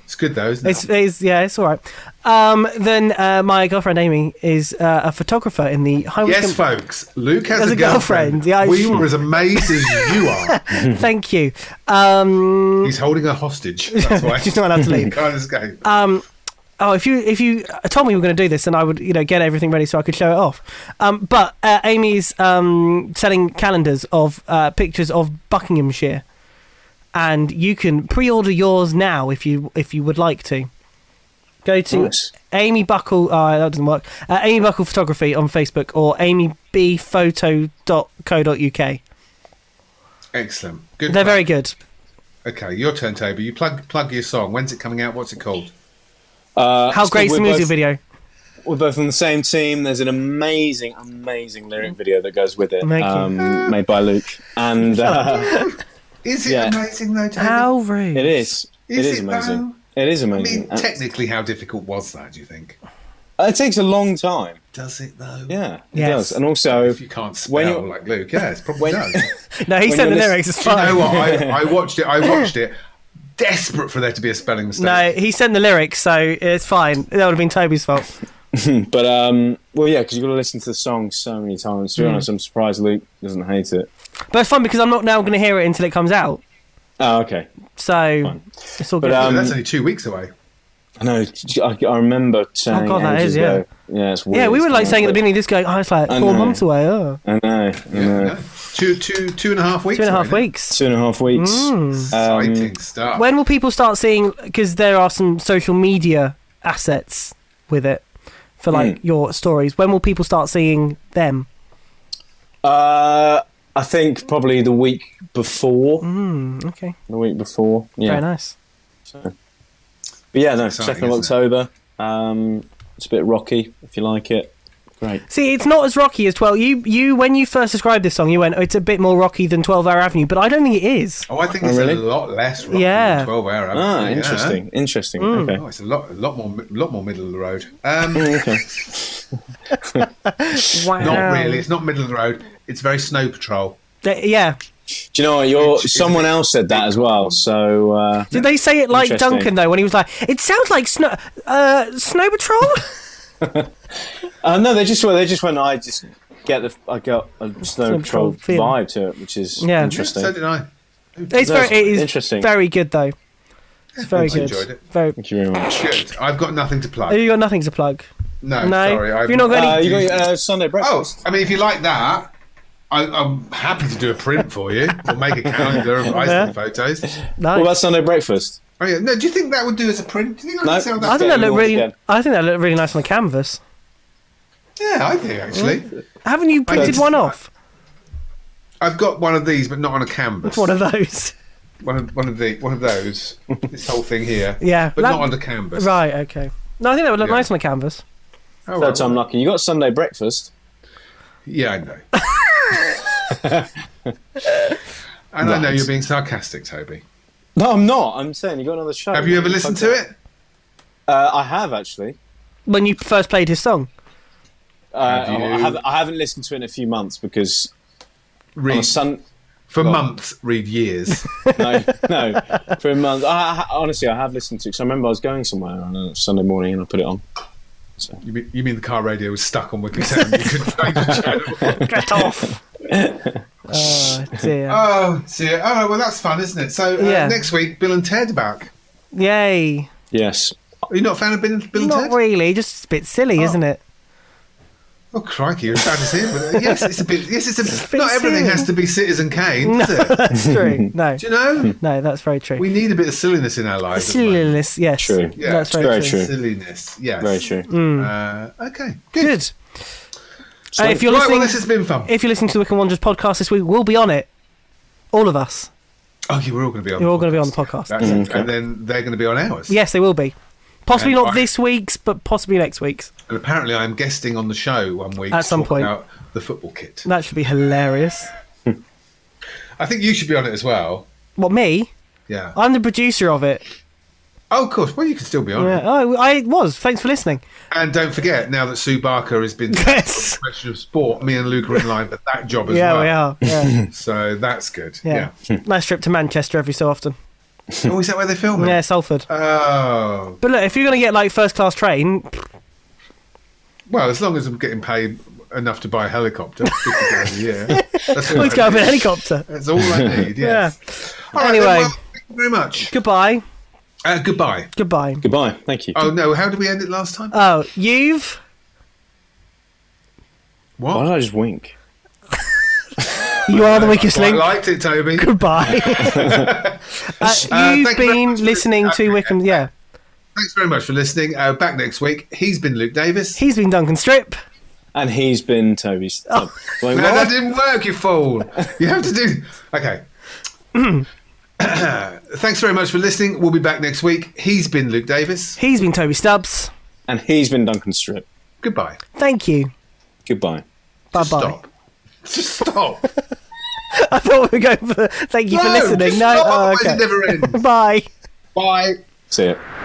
Speaker 4: It's good though, isn't
Speaker 3: it's,
Speaker 4: it?
Speaker 3: it's yeah, it's all right. Um, then uh, my girlfriend Amy is uh, a photographer in the High
Speaker 4: Yes,
Speaker 3: Wycombe-
Speaker 4: folks. Luke has,
Speaker 3: Has
Speaker 4: a
Speaker 3: a girlfriend.
Speaker 4: girlfriend.
Speaker 3: Yeah, I-
Speaker 4: we were as amazed as you are.
Speaker 3: Thank you. Um,
Speaker 4: He's holding a hostage. That's why
Speaker 3: She's not allowed to leave.
Speaker 4: Can't escape.
Speaker 3: oh, if you if you told me we were going to do this, then I would you know get everything ready so I could show it off. Um, but uh, Amy's um, selling calendars of uh, pictures of Buckinghamshire, and you can pre-order yours now if you if you would like to. Go to
Speaker 5: Nice.
Speaker 3: Amy Buckle. Uh, that doesn't work. Uh, Amy Buckle Photography on Facebook or amybphoto.co.uk.
Speaker 4: Excellent. Good.
Speaker 3: They're
Speaker 4: plug.
Speaker 3: very good.
Speaker 4: Okay, your turn, Toby. You plug plug your song. When's it coming out? What's it called?
Speaker 5: uh,
Speaker 3: How
Speaker 5: so
Speaker 3: great's the
Speaker 5: we're
Speaker 3: music
Speaker 5: both-
Speaker 3: video?
Speaker 5: We're both on the same team. There's an amazing, amazing lyric video that goes with it,
Speaker 3: Thank you.
Speaker 5: um, made by Luke, and uh,
Speaker 4: Is it
Speaker 5: Yeah.
Speaker 4: amazing though, Toby?
Speaker 3: How rude!
Speaker 5: it is.
Speaker 4: Is
Speaker 5: it is
Speaker 4: it,
Speaker 5: amazing. It is
Speaker 4: I
Speaker 5: amazing.
Speaker 4: mean, technically, how difficult was that? Do you think?
Speaker 5: Uh, it takes a long time.
Speaker 4: Does it though?
Speaker 5: Yeah, it
Speaker 3: Yes.
Speaker 5: does. And also,
Speaker 4: If you can't spell
Speaker 5: When you-
Speaker 4: like Luke, yeah, it's probably
Speaker 5: when-
Speaker 4: does.
Speaker 3: No, he
Speaker 5: when
Speaker 3: said the
Speaker 5: you're
Speaker 3: lyrics. It's
Speaker 4: you know
Speaker 3: fine.
Speaker 4: what? I, I watched it. I watched it. Desperate for there to be a spelling mistake.
Speaker 3: No, he sent the lyrics, so it's fine. That would have been Toby's fault.
Speaker 5: but um, well, yeah, because you've got to listen to the song so many times.
Speaker 3: Mm.
Speaker 5: To be honest, I'm surprised Luke doesn't hate it.
Speaker 3: But it's fun because I'm not now going to hear it until it comes out.
Speaker 5: Oh, okay.
Speaker 3: So it's all
Speaker 5: But,
Speaker 3: good.
Speaker 4: So
Speaker 5: um,
Speaker 4: that's only two weeks away.
Speaker 5: I know. I, I remember saying.
Speaker 3: Oh, God, that
Speaker 5: ages
Speaker 3: is, yeah.
Speaker 5: ago. Yeah, it's weird.
Speaker 3: yeah, we were like
Speaker 5: isn't it?
Speaker 3: saying at the beginning of this, going, oh, it's like
Speaker 5: I
Speaker 3: four
Speaker 5: know.
Speaker 3: months away. Oh.
Speaker 5: I know. I know.
Speaker 4: No? Two, two, two and a half weeks.
Speaker 3: Two and a half
Speaker 4: away
Speaker 3: weeks.
Speaker 5: Two and a half weeks.
Speaker 3: Mm.
Speaker 4: now.
Speaker 5: Um,
Speaker 4: Exciting stuff.
Speaker 3: When will people start seeing? Because there are some social media assets with it for like
Speaker 5: Mm.
Speaker 3: your stories. When will people start seeing them?
Speaker 5: Uh, I think probably the week before.
Speaker 3: Mm. Okay,
Speaker 5: The week before. Yeah.
Speaker 3: very nice.
Speaker 5: But yeah, no,
Speaker 4: Exciting,
Speaker 5: second of October. Um, it's a bit rocky if you like it. Great.
Speaker 3: See, it's not as rocky as Twelve. You, you, when you first described this song, you went, oh, "It's a bit more rocky than Twelve Hour Avenue," but I don't think it is.
Speaker 4: Oh, I think it's
Speaker 5: really?
Speaker 4: a lot less. Rocky
Speaker 3: Yeah.
Speaker 4: than Twelve hour. Avenue,
Speaker 5: Ah,
Speaker 4: yeah.
Speaker 5: interesting. Interesting.
Speaker 3: Mm.
Speaker 4: Oh,
Speaker 5: Okay.
Speaker 4: it's a lot, a lot more, mi- lot more middle of the road. Um,
Speaker 5: okay.
Speaker 3: Wow.
Speaker 4: Not really. It's not middle of the road. It's very snow patrol.
Speaker 3: Th- yeah.
Speaker 5: Do you know what? You're,
Speaker 4: It's-
Speaker 5: someone else said that as well. So uh,
Speaker 3: Did they say it like
Speaker 5: Interesting.
Speaker 3: Duncan though? When he was like, "It sounds like Snow, uh, Snow Patrol."
Speaker 5: uh, no, they just went. They just went. I just get the. I got a snow
Speaker 3: Patrol
Speaker 5: patrol
Speaker 3: feeling.
Speaker 5: vibe to it, which is
Speaker 3: Yeah.
Speaker 5: interesting.
Speaker 4: So did I.
Speaker 3: it's very, it is
Speaker 5: Interesting.
Speaker 3: Very good though. It's very good.
Speaker 4: enjoyed it.
Speaker 3: Very.
Speaker 5: Thank you very much.
Speaker 4: Good. I've got nothing to plug.
Speaker 3: Oh, you got nothing to plug.
Speaker 4: No,
Speaker 3: No.
Speaker 4: sorry. I've,
Speaker 3: You're not gonna-
Speaker 5: Uh, you got uh, Sunday
Speaker 4: Oh,
Speaker 5: breakfast.
Speaker 4: I mean, if you like that, I, I'm happy to do a print for you or make a calendar of Iceland photos.
Speaker 5: What
Speaker 3: Nice.
Speaker 5: about Sunday breakfast?
Speaker 4: Oh yeah. No, do you think that would do as a print? Do you think I
Speaker 5: No.
Speaker 4: could sell that?
Speaker 3: I think that
Speaker 5: Yeah,
Speaker 3: looked
Speaker 5: we
Speaker 3: really.
Speaker 5: want to
Speaker 3: I think that looked really nice on the canvas.
Speaker 4: yeah, I think
Speaker 3: Hmm.
Speaker 4: actually.
Speaker 3: Haven't you printed
Speaker 4: just-
Speaker 3: one off?
Speaker 4: I've got one of these, but not on a canvas.
Speaker 3: One of those.
Speaker 4: one of one of the one of those. this whole thing here.
Speaker 3: Yeah,
Speaker 4: but
Speaker 3: that-
Speaker 4: not on the canvas.
Speaker 3: Right. Okay. No, I think that would look
Speaker 4: Yeah.
Speaker 3: nice on the canvas.
Speaker 4: Oh,
Speaker 5: Third time lucky. You got Sunday breakfast.
Speaker 4: Yeah, I know. and I know
Speaker 5: Right.
Speaker 4: you're being sarcastic, Toby.
Speaker 5: No, I'm not. I'm saying you got another show.
Speaker 4: Have you ever listened to it?
Speaker 5: Uh, I have actually.
Speaker 3: When you first played his song.
Speaker 5: Uh,
Speaker 4: Have you-
Speaker 5: I, haven't, I haven't listened to it in a few months because on a
Speaker 4: Read
Speaker 5: sun.
Speaker 4: for
Speaker 5: on.
Speaker 4: months, read years.
Speaker 5: No, no, for a month. I, I, honestly, I have listened to it because I remember I was going somewhere on a Sunday morning and I put it on.
Speaker 4: you, mean, you mean the car radio was stuck on Wicked Town? You couldn't change the channel.
Speaker 3: Get off. oh dear.
Speaker 4: Oh, dear. Oh, well, that's fun, isn't it? So uh,
Speaker 3: Yeah.
Speaker 4: next week, Bill and Ted are back.
Speaker 3: Yay.
Speaker 5: Yes.
Speaker 4: Are you not a fan of Bill, and- Bill and
Speaker 3: Not
Speaker 4: Ted?
Speaker 3: really. Just a bit silly, isn't it?
Speaker 4: Oh, crikey, you're sad to see it. But uh, yes, it's a bit. Yes, it's a.
Speaker 3: bit
Speaker 4: not everything
Speaker 3: silly.
Speaker 4: has to be Citizen Kane, does it?
Speaker 3: That's true. No.
Speaker 4: Do you know?
Speaker 3: No, that's very true.
Speaker 4: We need a bit of silliness in our lives. at the moment.
Speaker 3: Silliness. Yes.
Speaker 5: True.
Speaker 4: Yeah,
Speaker 3: that's very,
Speaker 5: very
Speaker 3: true.
Speaker 5: true.
Speaker 4: Silliness. Yes.
Speaker 5: Very true.
Speaker 4: Uh, okay.
Speaker 3: Good. Uh, if you're
Speaker 4: Right,
Speaker 3: listening,
Speaker 4: well, this has been fun.
Speaker 3: if you're listening to the Wiccan Wanderers podcast this week, we'll be on it. All of us.
Speaker 4: Oh, you were all going to be on.
Speaker 3: You're
Speaker 4: the
Speaker 3: all going to be on the
Speaker 4: podcast.
Speaker 3: podcast.
Speaker 4: That's it. And then they're going to be on ours.
Speaker 3: Yes, they will be. Possibly
Speaker 4: And
Speaker 3: not
Speaker 4: I-
Speaker 3: this week's, but possibly next week's.
Speaker 4: And apparently, I'm guesting on the show one week
Speaker 3: At
Speaker 4: to
Speaker 3: some
Speaker 4: talk
Speaker 3: point.
Speaker 4: about the football kit.
Speaker 3: That should be hilarious.
Speaker 4: I think you should be on it as well.
Speaker 3: What me?
Speaker 4: Yeah.
Speaker 3: I'm the producer of it.
Speaker 4: oh, of course. Well, you can still be on
Speaker 3: Yeah,
Speaker 4: it.
Speaker 3: oh, I was. Thanks for listening.
Speaker 4: And don't forget, now that Sue Barker has been
Speaker 3: Yes.
Speaker 4: question of sport, me and Luca are in line for that job as
Speaker 3: Yeah,
Speaker 4: well.
Speaker 3: we are. Yeah,
Speaker 4: So that's good.
Speaker 3: yeah.
Speaker 4: Yeah.
Speaker 3: nice trip to Manchester every so often.
Speaker 4: Oh, is that where they film it?
Speaker 3: Yeah, Salford.
Speaker 4: Oh.
Speaker 3: But look, if you're going to get like first class train,
Speaker 4: Well, as long as I'm getting paid enough to buy a helicopter, 50 grand a year. That's all,
Speaker 3: let's
Speaker 4: I
Speaker 3: go up in a
Speaker 4: need.
Speaker 3: helicopter.
Speaker 4: That's all I need.
Speaker 3: Yeah.
Speaker 4: Yes. All right, then,
Speaker 3: Anyway.
Speaker 4: well, thank you very much.
Speaker 3: Goodbye.
Speaker 4: Uh, goodbye.
Speaker 3: Goodbye.
Speaker 5: Goodbye. Thank you.
Speaker 4: Oh no! How did we end it last time?
Speaker 3: Oh, you've.
Speaker 5: Why did
Speaker 4: what? Oh,
Speaker 5: I just wink?
Speaker 3: You are the weakest
Speaker 4: I
Speaker 3: link.
Speaker 4: liked it, Toby.
Speaker 3: Goodbye. uh, you've
Speaker 4: Uh, thank you very
Speaker 3: been
Speaker 4: much for-
Speaker 3: listening to
Speaker 4: uh,
Speaker 3: Wickham. Yeah.
Speaker 4: Thanks very much for listening. Uh, back next week. He's been Luke Davis.
Speaker 3: He's been Duncan Strip.
Speaker 5: And he's been Toby's. Wait,
Speaker 4: Oh. no,
Speaker 5: what?
Speaker 4: that didn't work. You fool! You have to do. Okay. Thanks very much for listening. We'll be back next week. He's been Luke Davis.
Speaker 3: He's been Toby Stubbs.
Speaker 5: And he's been Duncan Strip.
Speaker 4: Goodbye.
Speaker 3: Thank you.
Speaker 5: Goodbye.
Speaker 3: Bye bye.
Speaker 4: Stop. Just stop.
Speaker 3: I thought we were going for. Thank you for
Speaker 4: no,
Speaker 3: listening.
Speaker 4: just
Speaker 3: No.
Speaker 4: stop,
Speaker 3: oh,
Speaker 4: otherwise
Speaker 3: okay.
Speaker 4: it never ends.
Speaker 3: Bye.
Speaker 4: Bye.
Speaker 5: See ya.